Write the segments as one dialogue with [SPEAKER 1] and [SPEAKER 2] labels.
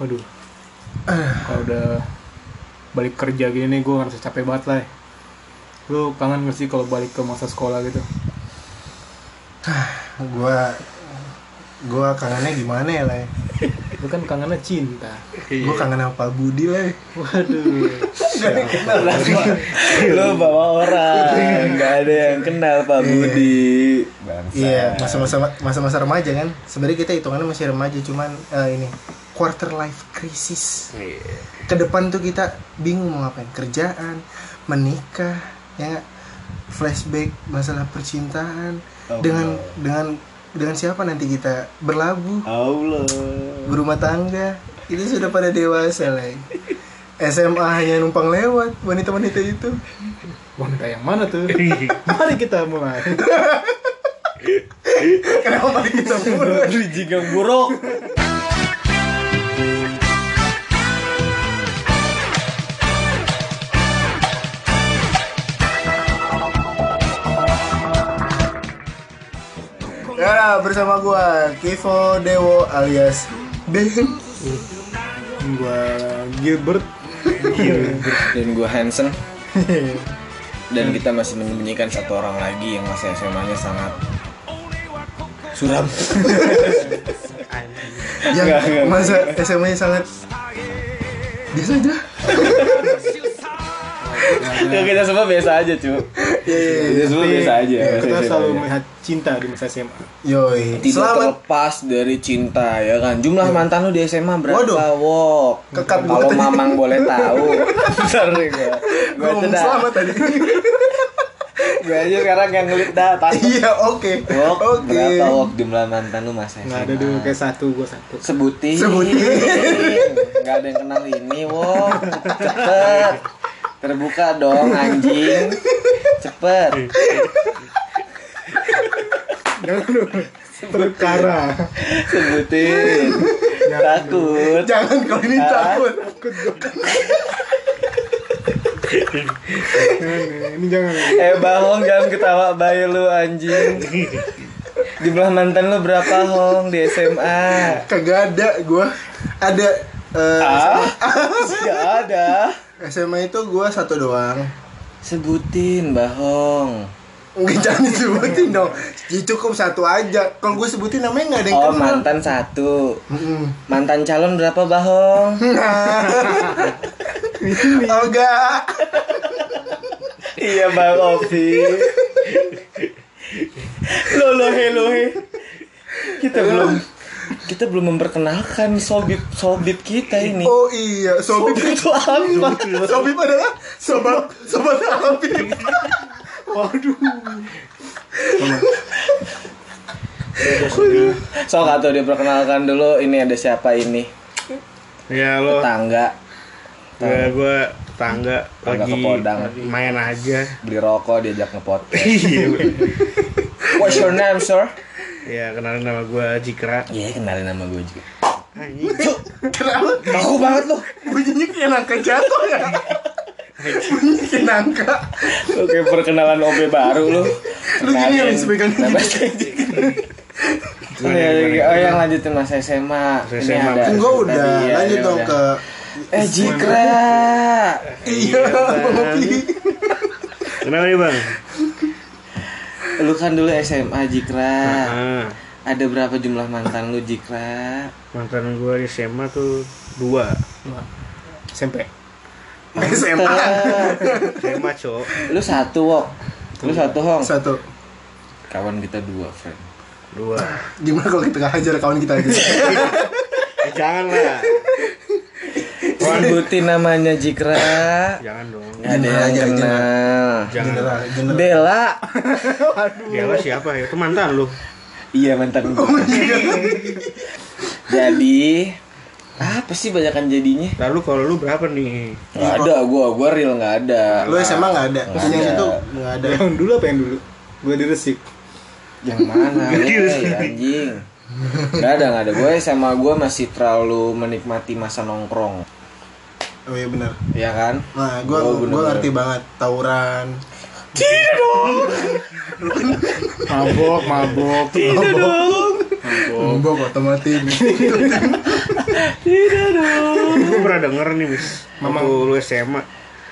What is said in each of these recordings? [SPEAKER 1] waduh kalau udah balik kerja gini nih gue ngerasa capek banget lah ya. lu kangen gak sih kalau balik ke masa sekolah gitu
[SPEAKER 2] gua gua kangennya gimana ya lah
[SPEAKER 1] lu kan kangennya cinta
[SPEAKER 2] gua
[SPEAKER 3] Iya.
[SPEAKER 2] kangen apa Budi lah
[SPEAKER 1] waduh
[SPEAKER 3] Iya. Lu bawa orang, nggak ada yang kenal Pak Budi. Bangsa.
[SPEAKER 2] iya masa-masa masa-masa remaja kan sebenarnya kita hitungannya masih remaja cuman eh, ini quarter life crisis
[SPEAKER 4] Iya.
[SPEAKER 2] ke depan tuh kita bingung mau ngapain kerjaan menikah ya nggak? flashback masalah percintaan
[SPEAKER 3] Allah.
[SPEAKER 2] dengan dengan dengan siapa nanti kita berlabuh
[SPEAKER 3] Allah.
[SPEAKER 2] berumah tangga itu sudah pada dewasa lah SMA hanya numpang lewat wanita-wanita itu
[SPEAKER 1] wanita yang mana tuh
[SPEAKER 3] Iya.
[SPEAKER 1] mari kita mulai
[SPEAKER 2] kenapa kita mulu
[SPEAKER 3] Biji yang buruk.
[SPEAKER 2] ya bersama gua Kivo Dewo alias Ben
[SPEAKER 1] gue Gilbert
[SPEAKER 3] Dan gue Hansen. Dan kita masih menyembunyikan satu orang lagi yang masih SMA-nya sangat suram.
[SPEAKER 2] yang
[SPEAKER 3] Enggak, enggak.
[SPEAKER 2] masa SMA nya sangat biasa aja
[SPEAKER 3] Ya kita semua biasa aja, cu.
[SPEAKER 2] Iya, iya, iya.
[SPEAKER 3] Kita semua biasa aja.
[SPEAKER 1] kita
[SPEAKER 3] biasa
[SPEAKER 1] selalu
[SPEAKER 3] aja. ya.
[SPEAKER 1] melihat cinta di masa SMA
[SPEAKER 2] yoi
[SPEAKER 3] tidak
[SPEAKER 2] selamat
[SPEAKER 3] terlepas dari cinta ya kan jumlah mantan lu di SMA berapa
[SPEAKER 2] Waduh.
[SPEAKER 3] Wok?
[SPEAKER 2] Kekat
[SPEAKER 3] kalau
[SPEAKER 2] banget.
[SPEAKER 3] mamang boleh tahu sorry
[SPEAKER 2] Gua
[SPEAKER 3] gua gua aja
[SPEAKER 2] ngomong
[SPEAKER 3] dah
[SPEAKER 2] selamat tadi
[SPEAKER 3] gua aja sekarang yang ngelit dah tanya
[SPEAKER 2] iya oke
[SPEAKER 3] Wok
[SPEAKER 2] oke
[SPEAKER 3] berapa Wok jumlah mantan lu mas SMA
[SPEAKER 1] nggak ada dulu kayak satu gue satu
[SPEAKER 3] sebutin
[SPEAKER 2] Sebutin.
[SPEAKER 3] nggak ada yang kenal ini Wok cepet terbuka dong anjing cepet
[SPEAKER 1] perkara
[SPEAKER 3] sebutin takut
[SPEAKER 2] jangan kalau
[SPEAKER 3] Ah.
[SPEAKER 2] ini takut
[SPEAKER 1] Jangan, ini jangan
[SPEAKER 3] Eh Bang Hong jangan ketawa bayi lu anjing Jumlah mantan lu berapa Hong di SMA?
[SPEAKER 2] kagak ada gua ada eh,
[SPEAKER 3] Ah? Gak ada
[SPEAKER 2] SMA itu gua satu doang
[SPEAKER 3] Sebutin Mbak Hong
[SPEAKER 2] Nggak jangan disebutin dong Ya, Cukup satu aja Kalau gue sebutin namanya nggak ada yang
[SPEAKER 3] Oh
[SPEAKER 2] kenal
[SPEAKER 3] mantan satu
[SPEAKER 2] Mm-mm.
[SPEAKER 3] Mantan calon berapa Mbak Hong?
[SPEAKER 2] Olga
[SPEAKER 3] iya Bang Ovi Lolohe lohe Kita belum kita belum memperkenalkan sobib sobib kita ini
[SPEAKER 2] Oh iya Sobib
[SPEAKER 3] Sobib itu apa?
[SPEAKER 2] Sobib adalah Sobat Sobat Habib
[SPEAKER 3] Sok atau diperkenalkan dulu ini ada siapa ini?
[SPEAKER 4] Ya lo,
[SPEAKER 3] Tetangga
[SPEAKER 4] gue gue tangga
[SPEAKER 3] Tangga
[SPEAKER 4] lagi
[SPEAKER 3] ke Podang.
[SPEAKER 4] main aja.
[SPEAKER 3] beli rokok diajak ngepot.
[SPEAKER 4] Iya, bener.
[SPEAKER 3] What's your name, sir?
[SPEAKER 4] ya kenalin nama gue Jikra.
[SPEAKER 3] Iya, kenalin nama gue juga.
[SPEAKER 4] Anjing.
[SPEAKER 2] Kenapa
[SPEAKER 3] Kaku banget lu.
[SPEAKER 2] Bunyinya kayak nangka jatuh ya Bunyinya kayak nangka
[SPEAKER 3] Oke, perkenalan OB baru lu.
[SPEAKER 2] Lu gini ya, Miss, pegang gini.
[SPEAKER 3] Kenalin. Iya, Oh, ya, ya, oh, yang lanjutin mas SMA.
[SPEAKER 4] Mas SMA.
[SPEAKER 2] Enggak
[SPEAKER 4] Kan
[SPEAKER 3] tadi,
[SPEAKER 2] udah
[SPEAKER 3] ya,
[SPEAKER 2] Lanjut
[SPEAKER 3] ya
[SPEAKER 2] dong
[SPEAKER 3] udah.
[SPEAKER 2] ke
[SPEAKER 3] Eh, Jikra.
[SPEAKER 2] Iya
[SPEAKER 3] kan.
[SPEAKER 2] Bobby.
[SPEAKER 4] Kenapa nih bang?
[SPEAKER 3] Lu kan dulu SMA Jikra.
[SPEAKER 4] Ah,
[SPEAKER 3] Ada berapa jumlah mantan lu Jikra?
[SPEAKER 4] mantan gue di SMA tuh dua.
[SPEAKER 1] SMP
[SPEAKER 2] SMA
[SPEAKER 4] SMA cowok.
[SPEAKER 3] Lu satu, Wok. Lu satu, Hong.
[SPEAKER 2] Satu
[SPEAKER 3] Kawan kita dua, friend.
[SPEAKER 4] Dua.
[SPEAKER 2] Gimana kalau kita nggak hajar kawan kita aja
[SPEAKER 4] Eh, jangan lah.
[SPEAKER 3] Sebutin namanya Jikra.
[SPEAKER 4] Jangan dong.
[SPEAKER 3] Nggak ada
[SPEAKER 2] General
[SPEAKER 3] yang
[SPEAKER 2] aja,
[SPEAKER 3] kenal.
[SPEAKER 4] Jangan.
[SPEAKER 2] General General
[SPEAKER 3] Bella.
[SPEAKER 4] Dia lo siapa ya? Itu mantan lu.
[SPEAKER 3] Iya mantan gue. Jadi apa sih banyakan jadinya?
[SPEAKER 4] Lalu kalau lu berapa nih?
[SPEAKER 3] Nggak ada, gua gua real nggak ada.
[SPEAKER 2] Lu SMA nggak ada
[SPEAKER 3] Nggak
[SPEAKER 2] Yang
[SPEAKER 3] ada.
[SPEAKER 2] situ nggak ada
[SPEAKER 1] yang dulu apa yang dulu gue di Resik
[SPEAKER 3] Yang mana? Wey, anjing. Nggak ada nggak ada. Gue SMA gua masih terlalu menikmati masa nongkrong.
[SPEAKER 2] Oh iya benar.
[SPEAKER 3] Ya kan?
[SPEAKER 2] Nah, gua
[SPEAKER 3] Oh, bener-bener.
[SPEAKER 2] gua ngerti banget tawuran.
[SPEAKER 1] mabok mabok
[SPEAKER 3] Iya.
[SPEAKER 2] Bombok otomatis.
[SPEAKER 4] Gue pernah denger nih, Mis. Memang lu SMA.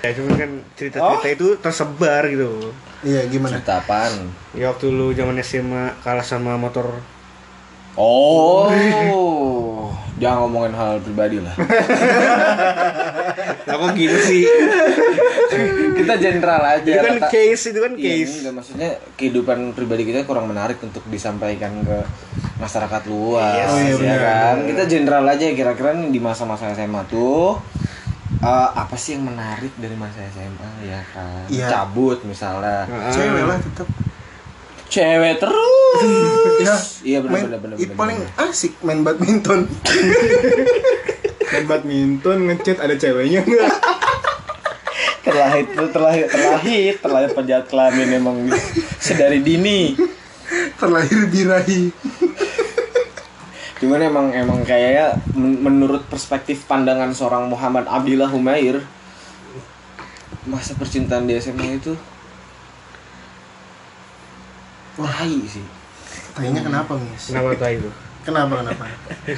[SPEAKER 4] Ya, cuman kan cerita-cerita itu tersebar gitu.
[SPEAKER 2] Iya gimana?
[SPEAKER 3] Cerita apaan?
[SPEAKER 4] Ya waktu lu zaman SMA kalah sama motor
[SPEAKER 3] Oh, jangan ngomongin hal pribadi lah.
[SPEAKER 4] Lah kok gitu sih?
[SPEAKER 3] Kita general aja.
[SPEAKER 4] itu kan
[SPEAKER 3] rata-
[SPEAKER 4] case, itu kan
[SPEAKER 3] Iya,
[SPEAKER 4] case.
[SPEAKER 3] enggak, maksudnya kehidupan pribadi kita kurang menarik untuk disampaikan ke masyarakat luas,
[SPEAKER 2] Yes,
[SPEAKER 3] ya
[SPEAKER 2] benar,
[SPEAKER 3] kan? Kita general aja kira-kira nih di masa-masa SMA tuh eh, apa sih yang menarik dari masa SMA ya kan?
[SPEAKER 2] Iya.
[SPEAKER 3] Cabut misalnya,
[SPEAKER 4] Heeh.
[SPEAKER 2] Cewek lah tetap.
[SPEAKER 3] cewek terus. Iya
[SPEAKER 2] main,
[SPEAKER 3] benar-benar benar.
[SPEAKER 2] i- paling asik main badminton.
[SPEAKER 1] Main badminton ngechat ada ceweknya nggak?
[SPEAKER 3] terlahir terlahir terlahir terlahir penjahat kelamin emang sedari dini.
[SPEAKER 2] Terlahir birahi.
[SPEAKER 3] Cuman emang emang kayaknya men- menurut perspektif pandangan seorang Muhammad Abdillah Humair masa percintaan di SMA itu tai sih.
[SPEAKER 2] Tanya kenapa, Mis?
[SPEAKER 4] Kenapa tuh itu?
[SPEAKER 2] Kenapa kenapa?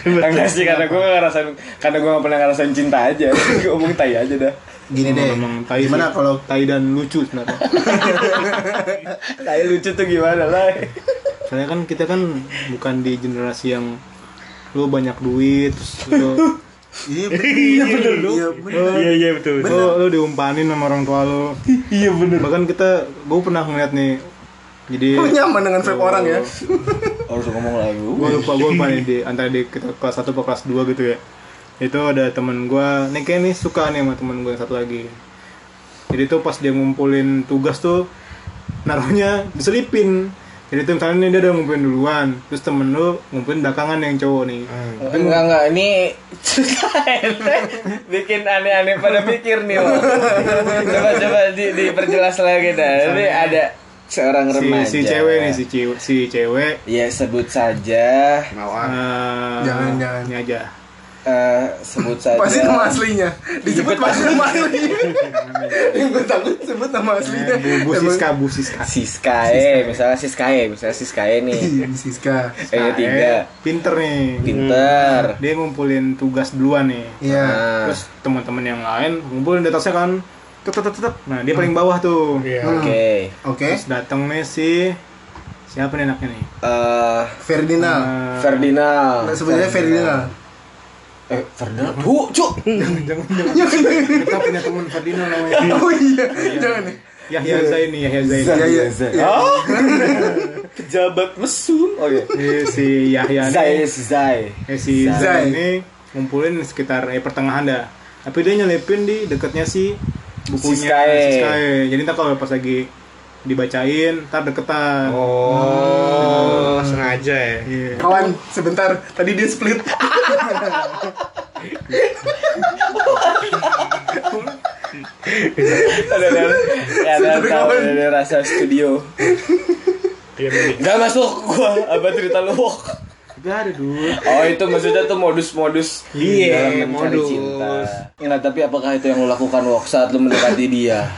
[SPEAKER 3] Enggak sih karena gue ngerasain karena gue gak pernah ngerasain cinta aja. Gue ngomong tai aja dah.
[SPEAKER 2] Gini deh.
[SPEAKER 1] Emang tai sih.
[SPEAKER 2] Gimana kalau
[SPEAKER 1] Tai dan lucu sebenarnya.
[SPEAKER 3] Tai lucu tuh gimana lah.
[SPEAKER 1] Soalnya kan kita kan bukan di generasi yang lu banyak duit terus lu
[SPEAKER 2] Iya bener Iya
[SPEAKER 1] Oh,
[SPEAKER 2] bener.
[SPEAKER 4] Iya, iya betul. betul.
[SPEAKER 1] lu, lu diumpanin sama orang tua lu.
[SPEAKER 3] Iya bener.
[SPEAKER 1] Bahkan kita gue pernah ngeliat nih. Jadi
[SPEAKER 2] Lu nyaman dengan vape orang ya?
[SPEAKER 3] Harus ngomong lagi.
[SPEAKER 1] gue lupa gue lupa nih di antara di kita kelas 1 ke kelas 2 gitu ya itu ada temen gue nih kayak nih suka nih sama temen gue yang satu lagi jadi tuh pas dia ngumpulin tugas tuh naruhnya diselipin jadi tuh misalnya nih dia udah ngumpulin duluan terus temen lu ngumpulin belakangan yang cowok nih
[SPEAKER 3] Enggak enggak ini bikin aneh-aneh pada pikir nih loh. Coba coba di, diperjelas lagi dah. Ini ada seorang
[SPEAKER 1] si,
[SPEAKER 3] remaja.
[SPEAKER 1] si cewek nih si cewek si cewek
[SPEAKER 3] Ya sebut saja
[SPEAKER 4] Mawar.
[SPEAKER 1] eh,
[SPEAKER 2] Jangan, jangan.
[SPEAKER 1] ini aja
[SPEAKER 3] eh, sebut saja.
[SPEAKER 2] Pasti nama aslinya.
[SPEAKER 1] Iya,
[SPEAKER 2] Disebut pasti nama aslinya. Yang gue takut sebut nama aslinya.
[SPEAKER 1] Eh, bu, bu
[SPEAKER 2] Emang-
[SPEAKER 1] Siska bu Siska E.
[SPEAKER 3] Siska eh misalnya Siska eh misalnya Siska eh nih.
[SPEAKER 2] Iya, Bu Siska.
[SPEAKER 1] E.
[SPEAKER 3] Eh tiga.
[SPEAKER 1] pinter nih
[SPEAKER 3] Pinter.
[SPEAKER 1] dia ngumpulin tugas duluan nih
[SPEAKER 2] Iya.
[SPEAKER 3] Nah,
[SPEAKER 1] Ya, terus teman-teman yang lain ngumpulin di atasnya kan tetep tetep tetep nah dia paling bawah tuh
[SPEAKER 4] Iya.
[SPEAKER 3] Oke.
[SPEAKER 2] Hmm. Oke.
[SPEAKER 1] terus datang nih si siapa nih anaknya nih
[SPEAKER 3] Eh
[SPEAKER 2] Ferdinand.
[SPEAKER 1] Eh,
[SPEAKER 3] Ferdinand.
[SPEAKER 2] Nah, sebenarnya Ferdinand.
[SPEAKER 3] Eh Ferdinand. Tuh, cuk.
[SPEAKER 1] jangan jangan kita punya teman Ferdinand namanya
[SPEAKER 2] Oh iya, jangan nih.
[SPEAKER 1] Yahya Zaini Yahya Zaini
[SPEAKER 2] Iya, iya. iya.
[SPEAKER 3] Oh. Pejabat mesum. Oh iya.
[SPEAKER 1] Eh, si Yahya
[SPEAKER 3] Zai,
[SPEAKER 1] nih
[SPEAKER 3] Zai.
[SPEAKER 1] eh, si
[SPEAKER 2] Zai.
[SPEAKER 1] Zaini ini ngumpulin sekitar eh, pertengahan dah tapi dia nyelipin di dekatnya si bukunya
[SPEAKER 3] Siska E.
[SPEAKER 1] Siska E. jadi ntar kalau pas lagi dibacain ntar deketan
[SPEAKER 4] Oh, sengaja ya.
[SPEAKER 1] Iya.
[SPEAKER 2] Kawan, sebentar. Tadi dia split.
[SPEAKER 3] Ada ada- ada ada- ada ada kan, rasa studio. Gak masuk gua apa cerita lu.
[SPEAKER 1] gak ada duit
[SPEAKER 3] Oh itu maksudnya tuh modus-modus
[SPEAKER 4] Iya,
[SPEAKER 3] dalam mencari
[SPEAKER 4] modus.
[SPEAKER 3] cinta. Nah tapi apakah itu yang lo lakukan Wok saat lo mendekati dia?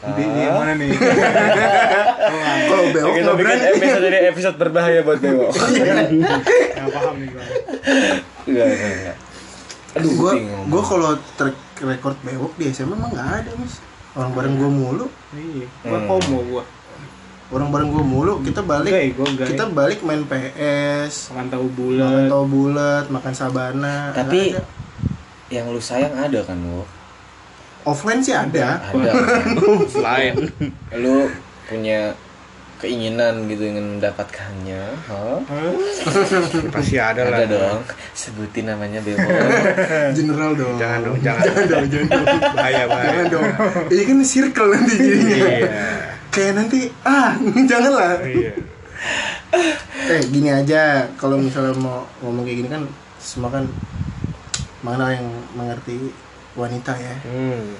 [SPEAKER 1] Di, di yang mana nih?
[SPEAKER 2] Kalau belok nggak
[SPEAKER 3] Kita bikin
[SPEAKER 2] berani.
[SPEAKER 3] episode ini episode berbahaya buat Dewo.
[SPEAKER 1] Gak paham nih gua.
[SPEAKER 3] Enggak, enggak, enggak. Aduh,
[SPEAKER 2] Gue
[SPEAKER 3] bingung.
[SPEAKER 2] gue kalau track record bewok di SMA emang nggak ada mas. Orang bareng gue mulu,
[SPEAKER 1] Iya, gua homo gua.
[SPEAKER 2] orang bareng gue mulu. Kita balik,
[SPEAKER 1] Gay, gua gay.
[SPEAKER 2] kita balik main PS,
[SPEAKER 1] Makan tahu
[SPEAKER 2] makan
[SPEAKER 1] bulat.
[SPEAKER 2] tau bulat, makan sabana.
[SPEAKER 3] Tapi
[SPEAKER 2] nggak ada.
[SPEAKER 3] yang lu sayang ada kan Wok?
[SPEAKER 2] offline sih ada.
[SPEAKER 3] Ada. kan?
[SPEAKER 4] Lain.
[SPEAKER 3] lu punya keinginan gitu ingin mendapatkannya Hah?
[SPEAKER 1] Hah?
[SPEAKER 4] Pasti ada lah.
[SPEAKER 3] ada dong sebutin namanya Bebo
[SPEAKER 2] General dong.
[SPEAKER 4] Jangan dong, jangan.
[SPEAKER 2] Jangan dong, jangan dong.
[SPEAKER 4] Bahaya
[SPEAKER 2] Jangan
[SPEAKER 4] bahaya.
[SPEAKER 2] dong. Ini kan circle nanti jadinya.
[SPEAKER 4] Iya.
[SPEAKER 2] Kayak nanti ah janganlah.
[SPEAKER 4] Iya.
[SPEAKER 2] eh gini aja kalau misalnya mau ngomong kayak gini kan semua kan mana yang mengerti wanita ya
[SPEAKER 4] Hmm.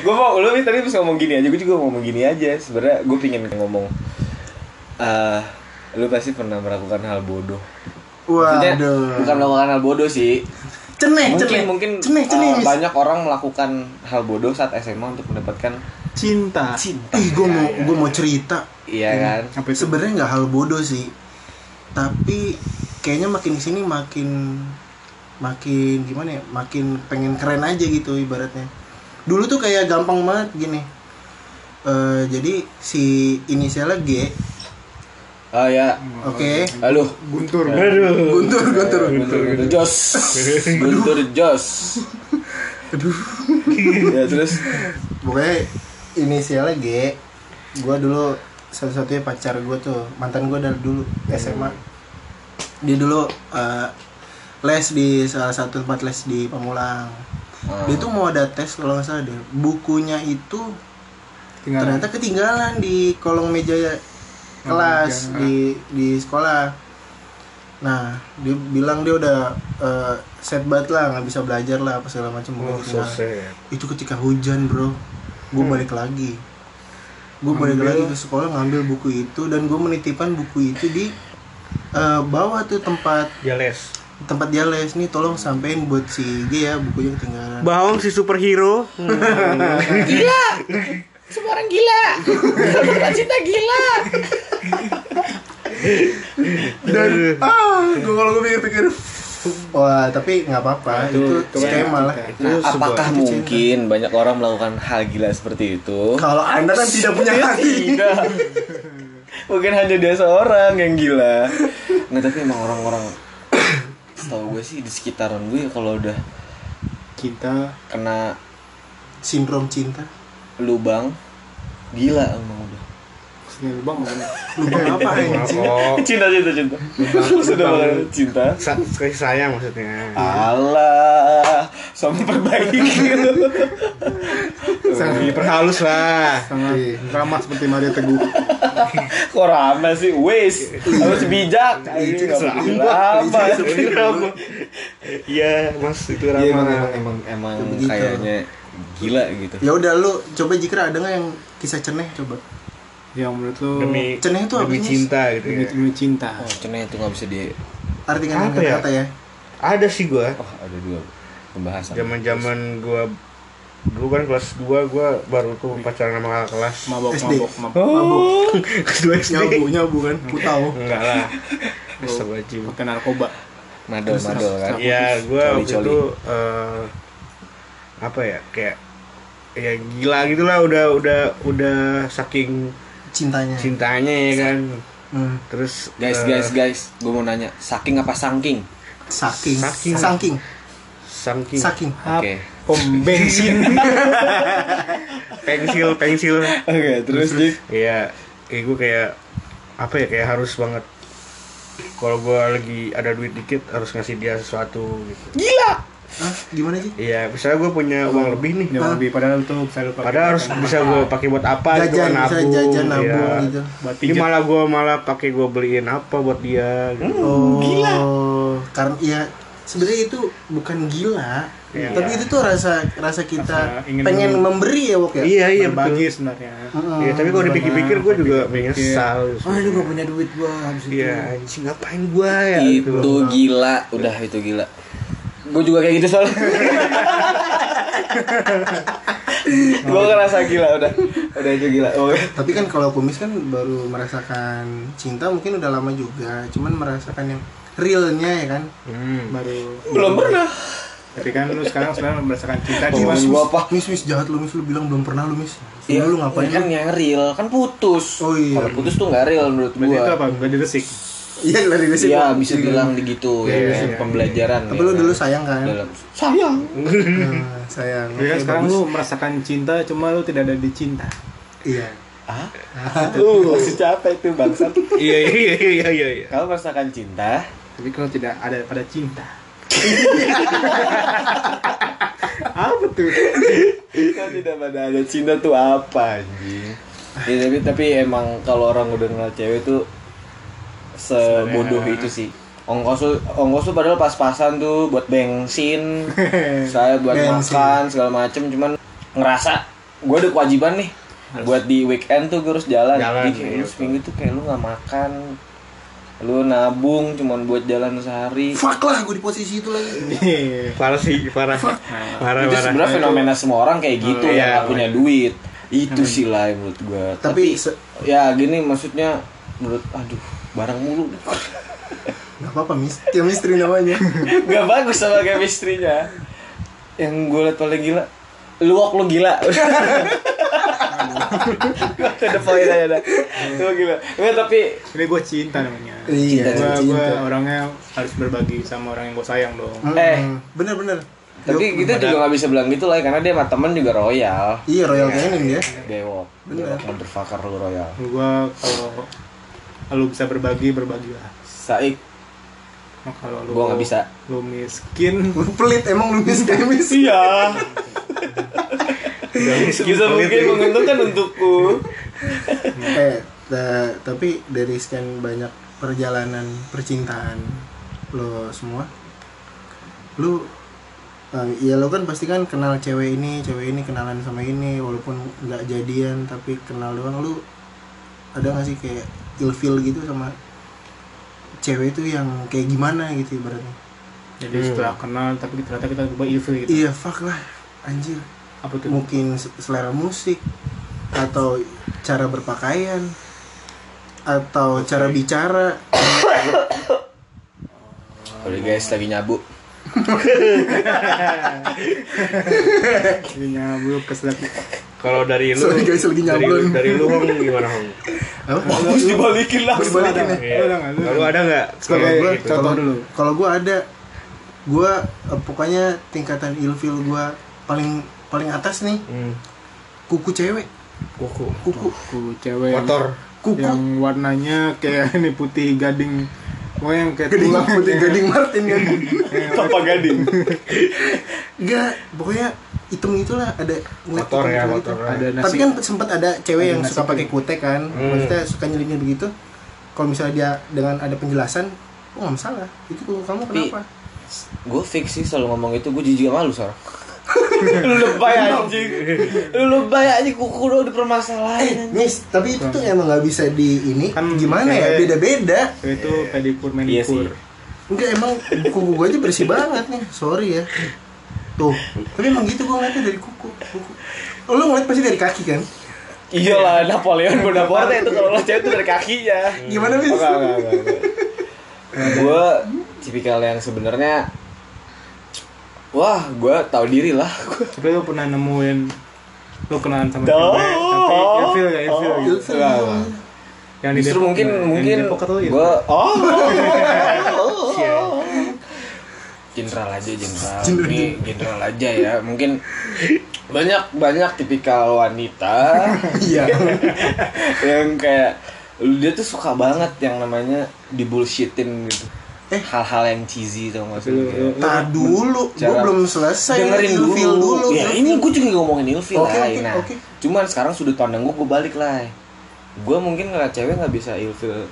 [SPEAKER 3] gue mau lu tadi pas ngomong gini aja gue juga mau ngomong gini aja sebenarnya gue pingin ngomong eh lu pasti pernah melakukan hal bodoh Maksudnya,
[SPEAKER 2] waduh
[SPEAKER 3] bukan melakukan hal bodoh sih
[SPEAKER 2] ceneh
[SPEAKER 3] mungkin
[SPEAKER 2] ceneh
[SPEAKER 3] mungkin
[SPEAKER 2] ceneh ceneh
[SPEAKER 3] eh,
[SPEAKER 2] Miss.
[SPEAKER 3] banyak orang melakukan hal bodoh saat SMA untuk mendapatkan
[SPEAKER 1] Cinta.
[SPEAKER 3] cinta
[SPEAKER 2] ih gue mau gue mau cerita
[SPEAKER 3] iya kan
[SPEAKER 1] Apa itu?
[SPEAKER 2] sebenarnya nggak hal bodoh sih tapi kayaknya makin sini makin makin gimana ya makin pengen keren aja gitu ibaratnya dulu tuh kayak gampang banget gini Eh, jadi si inisialnya G
[SPEAKER 3] Oh ya.
[SPEAKER 2] oke
[SPEAKER 3] Halo.
[SPEAKER 1] Guntur.
[SPEAKER 4] Aduh.
[SPEAKER 2] guntur guntur
[SPEAKER 3] Guntur Jos. Guntur Jos.
[SPEAKER 2] aduh
[SPEAKER 3] Ya terus
[SPEAKER 2] pokoknya inisialnya G gue dulu satu-satunya pacar gue tuh mantan gue dari dulu SMA
[SPEAKER 4] Hmm.
[SPEAKER 2] dia dulu eh, les di salah satu tempat les di Pamulang dia tuh mau ada tes kalau nggak salah deh bukunya itu
[SPEAKER 1] Tinggal.
[SPEAKER 2] ternyata ketinggalan di kolong meja kelas di di sekolah nah dia bilang dia udah eh, set banget lah nggak bisa belajar lah apa segala macam Nah,
[SPEAKER 4] Oh, so sad.
[SPEAKER 2] itu ketika hujan bro gue balik lagi gue balik lagi ke sekolah ngambil buku itu dan gue menitipkan buku itu di eh, bawah tuh tempat
[SPEAKER 4] Jales.
[SPEAKER 2] tempat dia les nih tolong sampein buat si G ya bukunya ketinggalan
[SPEAKER 4] Bawang si superhero. Hmm.
[SPEAKER 5] Semua orang gila. Kalau berkata cinta gila.
[SPEAKER 2] dan ah gue kalau gue pikir-pikir wah tapi nggak apa-apa itu,
[SPEAKER 1] itu- itu kan
[SPEAKER 2] skema lah
[SPEAKER 1] etika.
[SPEAKER 3] Nah, apakah
[SPEAKER 2] sebuah-
[SPEAKER 3] mungkin banyak orang melakukan hal gila seperti itu?
[SPEAKER 2] kalau anda kan tidak punya hati
[SPEAKER 3] Tidak. Mungkin hanya dia seorang yang gila. Nggak, tapi emang orang-orang setahu gue sih di sekitaran gue kalau udah
[SPEAKER 1] Kita
[SPEAKER 3] kena
[SPEAKER 2] sindrom cinta
[SPEAKER 3] lubang gila emang udah.
[SPEAKER 1] kesini lubang mana?
[SPEAKER 2] lupa apa anjing
[SPEAKER 4] Oh,
[SPEAKER 3] Cinta cinta cinta. Sudah banget cinta.
[SPEAKER 4] sa kasih sayang maksudnya.
[SPEAKER 3] Allah, sama perbaiki
[SPEAKER 4] Sangat diperhalus Iya, lah.
[SPEAKER 1] Sangat ramah seperti Maria Teguh.
[SPEAKER 3] Kok rame sih? Wes, harus bijak. Ini nggak boleh
[SPEAKER 4] Oh,
[SPEAKER 3] lama.
[SPEAKER 4] Rama. Iya, Mas itu
[SPEAKER 3] Iya, emang
[SPEAKER 4] Rama.
[SPEAKER 3] emang emang, emang
[SPEAKER 2] Begitu.
[SPEAKER 3] kayaknya gila gitu.
[SPEAKER 2] ya udah lu coba jika ada nggak yang kisah ceneh coba
[SPEAKER 1] Yang Ya, menurut lu
[SPEAKER 4] Demi
[SPEAKER 2] Ceneh itu
[SPEAKER 4] demi
[SPEAKER 2] apa sih?
[SPEAKER 4] cinta gitu
[SPEAKER 1] demi
[SPEAKER 4] ya.
[SPEAKER 1] demi cinta.
[SPEAKER 3] Oh, cenah itu nggak bisa di.
[SPEAKER 2] artikan
[SPEAKER 4] Apa
[SPEAKER 2] dengan
[SPEAKER 4] ya?
[SPEAKER 2] kata ya
[SPEAKER 4] Ada sih gua.
[SPEAKER 3] Oh, ada dua pembahasan.
[SPEAKER 4] Zaman-zaman gua dulu kan kelas 2 gua baru tuh pacaran sama kakak kelas.
[SPEAKER 1] Mabok,
[SPEAKER 2] SD.
[SPEAKER 1] mabok, mabok.
[SPEAKER 3] Oh.
[SPEAKER 2] mabuk
[SPEAKER 4] Kedua
[SPEAKER 2] nyabu nyabu kan putau
[SPEAKER 4] Enggak lah. Astagfirullahaladzim.
[SPEAKER 1] Pakai narkoba.
[SPEAKER 3] Madol, madol kan.
[SPEAKER 4] Iya, gue waktu
[SPEAKER 3] Coli-coli.
[SPEAKER 4] itu eh, apa ya kayak ya gila gitu lah udah udah udah saking
[SPEAKER 2] cintanya
[SPEAKER 4] cintanya ya kan.
[SPEAKER 2] Hmm.
[SPEAKER 4] Terus
[SPEAKER 3] Guys,
[SPEAKER 4] eh,
[SPEAKER 3] guys, guys, gue mau nanya, saking apa sangking?
[SPEAKER 2] saking
[SPEAKER 4] Saking.
[SPEAKER 2] saking
[SPEAKER 4] saking
[SPEAKER 2] saking
[SPEAKER 3] Oke.
[SPEAKER 1] Pom bensin.
[SPEAKER 4] pensil pensil.
[SPEAKER 3] Oke, terus Dik.
[SPEAKER 4] Iya, kayak gue kayak apa ya kayak harus banget kalau gue lagi ada duit dikit harus ngasih dia sesuatu gitu.
[SPEAKER 2] Hah? gimana sih
[SPEAKER 4] Iya, misalnya gue punya uang lebih nih.
[SPEAKER 1] Jangan lebih padahal tuh bisa lu Iya. pakai
[SPEAKER 4] Padahal harus bisa gue pakai buat apa gitu
[SPEAKER 2] jajan
[SPEAKER 4] kan,
[SPEAKER 2] bisa
[SPEAKER 4] nabung,
[SPEAKER 2] jajan
[SPEAKER 4] iya.
[SPEAKER 2] nabung gitu
[SPEAKER 1] buat
[SPEAKER 4] Ini
[SPEAKER 1] pijat.
[SPEAKER 4] malah gue malah pakai gue beliin apa buat dia. Gitu.
[SPEAKER 2] oh gila karena ya sebenarnya itu bukan gila
[SPEAKER 4] Iya.
[SPEAKER 2] tapi itu tuh rasa rasa kita
[SPEAKER 1] Rasa ingin
[SPEAKER 2] pengen memberi ya wok ya
[SPEAKER 4] Iya iya
[SPEAKER 1] Berbagi
[SPEAKER 4] betul.
[SPEAKER 1] sebenarnya.
[SPEAKER 2] Mm-mm.
[SPEAKER 4] Iya tapi kalau dipikir-pikir gue juga menyesal.
[SPEAKER 2] ah ini gak punya duit gua habis itu
[SPEAKER 4] Iya anjing ngapain gue ya
[SPEAKER 2] Iya,
[SPEAKER 3] itu
[SPEAKER 4] gitu.
[SPEAKER 3] gila, udah itu gila. Gue juga kayak gitu soalnya. gue ngerasa gila udah, udah itu gila. Oke.
[SPEAKER 2] tapi kan kalau kumis kan baru merasakan cinta mungkin udah lama juga cuman merasakan yang realnya ya kan
[SPEAKER 4] Hmm.
[SPEAKER 1] Baru.
[SPEAKER 3] Belum pernah.
[SPEAKER 1] Tapi kan lu sekarang sebenarnya merasakan
[SPEAKER 4] Iya.
[SPEAKER 1] cinta
[SPEAKER 4] Oh,
[SPEAKER 1] di
[SPEAKER 3] Ngomongin
[SPEAKER 1] mas-
[SPEAKER 3] gua apa?
[SPEAKER 2] mis mis jahat lu mis lu bilang belum pernah lu mis
[SPEAKER 3] Iya,
[SPEAKER 2] Iya lu ngapain
[SPEAKER 3] Kan
[SPEAKER 2] lu?
[SPEAKER 3] yang real, kan putus.
[SPEAKER 2] Oh iya.
[SPEAKER 3] Kalau putus tuh nggak real menurut
[SPEAKER 1] Berarti itu
[SPEAKER 3] gue.
[SPEAKER 1] apa? Gak diresik.
[SPEAKER 2] iya lari ke sini.
[SPEAKER 3] Iya, bisa bilang di gitu. ya kan? Pembelajaran.
[SPEAKER 2] Iya, tapi
[SPEAKER 3] ya
[SPEAKER 2] lu
[SPEAKER 3] kan?
[SPEAKER 2] dulu sayang kan
[SPEAKER 3] dalam sayang.
[SPEAKER 2] Nah, sayang
[SPEAKER 1] Jadi kan
[SPEAKER 3] Iya
[SPEAKER 2] Oke,
[SPEAKER 1] sekarang
[SPEAKER 2] bagus.
[SPEAKER 1] lu merasakan cinta cuma lu tidak ada di cinta.
[SPEAKER 2] iya
[SPEAKER 3] Ah? Uh, masih capek itu bangsat.
[SPEAKER 4] Iya iya iya iya. iya.
[SPEAKER 3] Kalau merasakan cinta,
[SPEAKER 1] Tapi kalau tidak ada pada cinta. apa tuh?
[SPEAKER 3] Kalau Kan tidak pada ada cinta tuh apa anjing? Ya, tapi tapi emang kalau orang udah kenal cewek tuh sebodoh itu sih. Ongkos tuh, ongkos tuh padahal pas-pasan tuh buat bensin, saya buat
[SPEAKER 2] Bensin.
[SPEAKER 3] makan segala macem cuman ngerasa gue ada kewajiban nih buat di weekend tuh gue harus jalan.
[SPEAKER 4] Jalan,
[SPEAKER 3] Jadi kayak lu
[SPEAKER 4] iya, betul.
[SPEAKER 3] seminggu tuh kayak lu nggak makan, lu nabung cuman buat jalan sehari.
[SPEAKER 2] fuck lah gue di posisi itu lagi
[SPEAKER 3] Iya.
[SPEAKER 4] Parah sih parah. Parah
[SPEAKER 3] itu
[SPEAKER 4] parah.
[SPEAKER 3] sebenarnya fenomena semua orang kayak gitu
[SPEAKER 4] Oh,
[SPEAKER 3] yang
[SPEAKER 4] iya. Hmm.
[SPEAKER 3] nggak punya duit itu sih lah menurut gua
[SPEAKER 2] tapi se-
[SPEAKER 3] ya gini maksudnya menurut aduh barang mulu
[SPEAKER 2] nggak apa-apa mis chemistry namanya
[SPEAKER 3] Gak bagus sama chemistry-nya Yang gue liat paling gila Luwak lu gila Itu the point aja dah Lu gila Nggak, tapi
[SPEAKER 1] Ini gue cinta namanya.
[SPEAKER 2] Iya,
[SPEAKER 1] Gue
[SPEAKER 2] cinta.
[SPEAKER 1] gue orangnya harus berbagi sama orang yang gue sayang dong.
[SPEAKER 3] Eh.
[SPEAKER 2] bener-bener
[SPEAKER 3] Tapi kita juga gak bisa bilang gitu lah Karena dia sama temen juga royal
[SPEAKER 2] iya royal canin dia
[SPEAKER 3] Bewok Bewok motherfucker lu royal
[SPEAKER 1] Gue kalau lu bisa berbagi berbagilah.
[SPEAKER 3] Saik
[SPEAKER 1] Nah, kalau lu
[SPEAKER 3] Gua nggak bisa.
[SPEAKER 1] Lu miskin.
[SPEAKER 2] Lu pelit emang lu mis kemis
[SPEAKER 3] Iya
[SPEAKER 1] udah miskin,
[SPEAKER 3] Bisa
[SPEAKER 1] pelit,
[SPEAKER 3] mungkin
[SPEAKER 1] ya.
[SPEAKER 3] menguntungkan untukku
[SPEAKER 2] eh ta- tapi dari sekian banyak perjalanan percintaan lo semua lu eh, ya lo kan pasti kan kenal cewek ini cewek ini kenalan sama ini walaupun nggak jadian tapi kenal doang lu ada nggak sih kayak ilfil gitu sama cewek itu yang kayak gimana gitu ibaratnya
[SPEAKER 1] Jadi
[SPEAKER 3] Hmm.
[SPEAKER 1] setelah kenal tapi ternyata kita coba evil gitu.
[SPEAKER 2] iya fuck lah anjir
[SPEAKER 1] Apa tuh?
[SPEAKER 2] mungkin se- selera musik atau cara berpakaian atau cara bicara
[SPEAKER 3] Sorry guys lagi nyabu
[SPEAKER 1] Jadi nyabuk keselak.
[SPEAKER 4] Kalau dari lu,
[SPEAKER 2] Sorry guys, lagi
[SPEAKER 4] dari,
[SPEAKER 2] nyablon.
[SPEAKER 4] dari lu Hong, gimana Hong?
[SPEAKER 2] apa
[SPEAKER 3] Harus dibalikin
[SPEAKER 2] Harus
[SPEAKER 3] langsung
[SPEAKER 2] dibalikin ya?
[SPEAKER 1] Lu ada nggak? Lu
[SPEAKER 4] Kalau ada nggak?
[SPEAKER 1] Sebagai
[SPEAKER 4] Kayak
[SPEAKER 1] gua-
[SPEAKER 4] gitu.
[SPEAKER 1] Contoh
[SPEAKER 2] Kalau-
[SPEAKER 1] dulu.
[SPEAKER 2] kalau gue ada gue pokoknya tingkatan ilfil gue paling paling atas nih
[SPEAKER 4] Hmm.
[SPEAKER 2] kuku cewek
[SPEAKER 4] Kuku.
[SPEAKER 2] kuku
[SPEAKER 1] Ku cewek yang-
[SPEAKER 4] Kotor.
[SPEAKER 2] kuku
[SPEAKER 1] yang warnanya kayak ini putih gading. Mau yang kayak
[SPEAKER 2] gading
[SPEAKER 1] tulang
[SPEAKER 2] putih gading martin kan
[SPEAKER 3] Tanpa gading
[SPEAKER 2] enggak pokoknya hitung itulah ada ngeliat
[SPEAKER 4] Kotor
[SPEAKER 2] hitam
[SPEAKER 4] ya,
[SPEAKER 2] gitu.
[SPEAKER 4] kotor.
[SPEAKER 1] Ada nasi.
[SPEAKER 2] Tapi kan sempat ada cewek
[SPEAKER 1] Ada
[SPEAKER 2] yang
[SPEAKER 1] nasi
[SPEAKER 2] suka pakai
[SPEAKER 1] kuning.
[SPEAKER 2] kutek kan,
[SPEAKER 4] Hmm.
[SPEAKER 2] maksudnya suka nyelinnya begitu. Kalau misalnya dia dengan ada penjelasan, oh nggak masalah. Itu kuku kamu
[SPEAKER 3] Tapi-
[SPEAKER 2] kenapa?
[SPEAKER 3] Gue fix sih selalu ngomong itu, gue jijik sama lu, Sor Lu lebay anjing Lu lebay anjing, kuku lu dipermasalahin anjing
[SPEAKER 2] Miss, tapi itu tuh emang nggak bisa di ini.
[SPEAKER 1] Kan
[SPEAKER 2] Gimana ya?
[SPEAKER 1] cewek-
[SPEAKER 2] Beda-beda.
[SPEAKER 1] Cewek itu pedikur
[SPEAKER 3] Iya sih.
[SPEAKER 1] manikur.
[SPEAKER 2] Enggak emang kuku gue aja bersih banget nih. Sorry ya. Tuh, tapi emang gitu gue ngeliatnya dari kuku. kuku. Oh, lu ngeliat pasti dari kaki kan?
[SPEAKER 3] Iyalah, Iya Napoleon Bonaparte itu kalau lo cewek itu dari kakinya
[SPEAKER 2] Gimana Miss?
[SPEAKER 3] Enggak, enggak, enggak, enggak. Gue tipikal yang sebenarnya Wah, gue tahu diri lah
[SPEAKER 1] Tapi lu pernah nemuin lu kenalan sama
[SPEAKER 3] Tuh.
[SPEAKER 1] cewek tapi evil ya evil
[SPEAKER 3] Oh.
[SPEAKER 1] gitu.
[SPEAKER 3] Enggak, enggak.
[SPEAKER 1] Yang di
[SPEAKER 3] Justru
[SPEAKER 1] Depok-
[SPEAKER 3] mungkin,
[SPEAKER 1] yang di
[SPEAKER 3] mungkin
[SPEAKER 1] Depok atau iya? gitu? itu?
[SPEAKER 3] gue Oh Jenderal aja jenderal ini jenderal aja ya mungkin banyak banyak tipikal wanita
[SPEAKER 2] Iya.
[SPEAKER 3] yang kayak dia tuh suka banget yang namanya dibullshitin gitu
[SPEAKER 2] Eh.
[SPEAKER 3] hal-hal yang cheesy tau
[SPEAKER 1] Tapi
[SPEAKER 3] gak sih
[SPEAKER 1] lu- lu- lu-
[SPEAKER 2] Tah dulu, gue
[SPEAKER 3] Cara-
[SPEAKER 2] belum selesai.
[SPEAKER 3] dengerin dulu,
[SPEAKER 2] Ilfil dulu.
[SPEAKER 3] ya
[SPEAKER 2] ilfil.
[SPEAKER 3] ini gue juga ngomongin ilfil
[SPEAKER 2] Oke,
[SPEAKER 3] lah
[SPEAKER 2] oke,
[SPEAKER 3] nah
[SPEAKER 2] oke.
[SPEAKER 3] cuman sekarang sudut pandang gue gue balik lah gue mungkin ngeliat cewek nggak bisa ilfil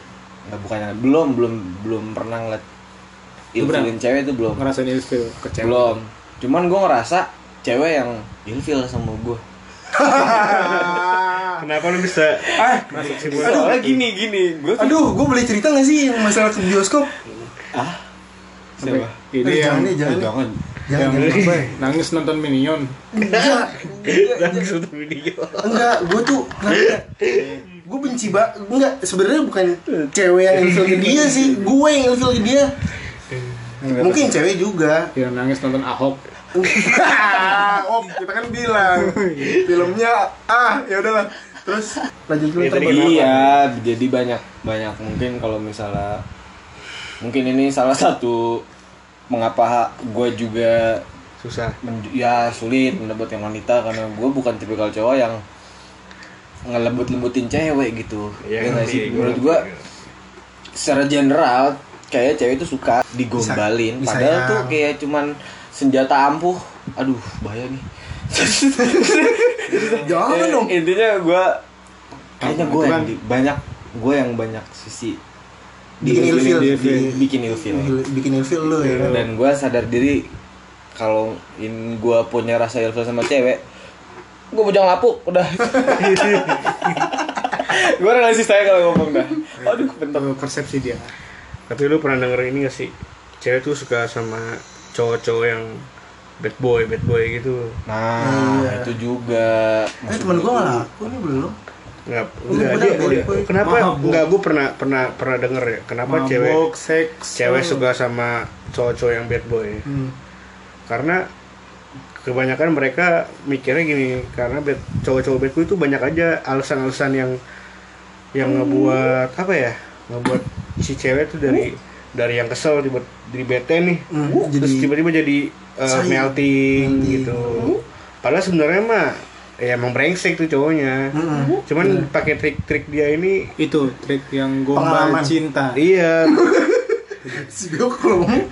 [SPEAKER 3] nggak bukannya belum belum belum pernah ngeliat
[SPEAKER 1] pernah?
[SPEAKER 3] ilfilin cewek itu belum
[SPEAKER 1] ngerasain evil kecewa.
[SPEAKER 3] belum cuman gue ngerasa cewek yang ilfil sama gue
[SPEAKER 1] Ah.
[SPEAKER 4] Kenapa lu bisa masuk sibulan?
[SPEAKER 3] soalnya gini gini gue
[SPEAKER 2] Aduh, gue boleh cerita gak sih yang masalah ke bioskop?
[SPEAKER 1] Sampai ya? Ini
[SPEAKER 2] Eh,
[SPEAKER 1] yang
[SPEAKER 2] jangan deh, jangan. deh.
[SPEAKER 3] jangan
[SPEAKER 1] yang
[SPEAKER 2] Jangan, jangan.
[SPEAKER 1] apa ya? nangis nonton Minion.
[SPEAKER 2] Enggak,
[SPEAKER 4] Langsung video.
[SPEAKER 2] enggak, gue tuh Gue benci banget, enggak, sebenarnya bukan cewek yang ilfil ke dia sih Gue yang ilfil ke dia Mungkin cewek juga
[SPEAKER 1] Yang nangis nonton Ahok.
[SPEAKER 2] Om, kita kan bilang Filmnya, ah, ya udahlah Terus lanjut dulu
[SPEAKER 4] Iya,
[SPEAKER 2] ntar
[SPEAKER 4] tadi
[SPEAKER 2] gua-
[SPEAKER 3] Iya, jadi banyak banyak mungkin kalau misalnya mungkin ini salah satu mengapa gue juga
[SPEAKER 4] Susah.
[SPEAKER 3] men- ya sulit mendapatkan wanita karena gue bukan tipikal cowok yang ngelembut-lembutin cewek gitu. Ya,
[SPEAKER 4] Iya,
[SPEAKER 3] nggak
[SPEAKER 4] ngerti,
[SPEAKER 3] sih?
[SPEAKER 4] gua
[SPEAKER 3] Menurut
[SPEAKER 4] ngerti.
[SPEAKER 3] gue secara general kayak cewek itu suka digombalin
[SPEAKER 2] Bisa- ya.
[SPEAKER 3] padahal
[SPEAKER 2] disayang.
[SPEAKER 3] tuh kayak cuman senjata ampuh. Aduh, bahaya nih.
[SPEAKER 2] Jangan
[SPEAKER 3] Eh,
[SPEAKER 2] dong
[SPEAKER 3] Intinya gue kayaknya gue
[SPEAKER 1] Itu
[SPEAKER 3] yang
[SPEAKER 1] kan-
[SPEAKER 3] di- banyak gue yang banyak sisi
[SPEAKER 2] Bikin Mhm.
[SPEAKER 3] di-
[SPEAKER 2] ilfil.
[SPEAKER 3] di-
[SPEAKER 2] Bikin-
[SPEAKER 3] bikin ilfil.
[SPEAKER 2] Bikin ilfil lu ya kan?
[SPEAKER 3] Dan gue sadar diri kalau in gue punya rasa ilfil sama cewek, gue bujang lapuk udah. gue analisis saya kalau ngomong dah. Aduh, bentar.
[SPEAKER 1] Tuh, persepsi dia.
[SPEAKER 4] Tapi lu pernah denger ini gak sih? Cewek tuh suka sama cowok-cowok yang bad boy, bad boy gitu.
[SPEAKER 3] Nah,
[SPEAKER 2] Iya.
[SPEAKER 3] itu juga. Iya.
[SPEAKER 2] Eh, temen gue gak laku nih belum
[SPEAKER 4] Nggak,
[SPEAKER 1] Oh,
[SPEAKER 4] nggak,
[SPEAKER 2] bener,
[SPEAKER 4] dia,
[SPEAKER 2] boy,
[SPEAKER 4] dia-
[SPEAKER 2] boy.
[SPEAKER 4] kenapa?
[SPEAKER 1] Mabok.
[SPEAKER 4] Enggak, gue pernah pernah pernah denger ya. Kenapa
[SPEAKER 1] mabok,
[SPEAKER 4] cewek
[SPEAKER 1] seks
[SPEAKER 4] cewek suka sama cowok-cowok yang bad boy?
[SPEAKER 1] Hmm.
[SPEAKER 4] Karena kebanyakan mereka mikirnya gini, karena bad, cowok-cowok bad boy itu banyak aja alasan-alasan yang yang
[SPEAKER 2] Hmm.
[SPEAKER 4] ngebuat apa ya? Ngebuat si cewek tuh dari dari yang kesel tiba jadi bete nih.
[SPEAKER 2] Hmm,
[SPEAKER 4] terus
[SPEAKER 2] jadi-
[SPEAKER 4] tiba-tiba jadi uh,
[SPEAKER 2] Sayang. Hmm.
[SPEAKER 4] melting,
[SPEAKER 2] Melting.
[SPEAKER 4] gitu. Padahal sebenarnya mah ya emang brengsek tuh cowoknya.
[SPEAKER 2] Mm-mm.
[SPEAKER 4] Cuman pakai trik-trik dia ini
[SPEAKER 1] itu trik yang gombal
[SPEAKER 2] Pengalaman.
[SPEAKER 1] cinta
[SPEAKER 4] Iya,
[SPEAKER 2] si gue kalau ngomong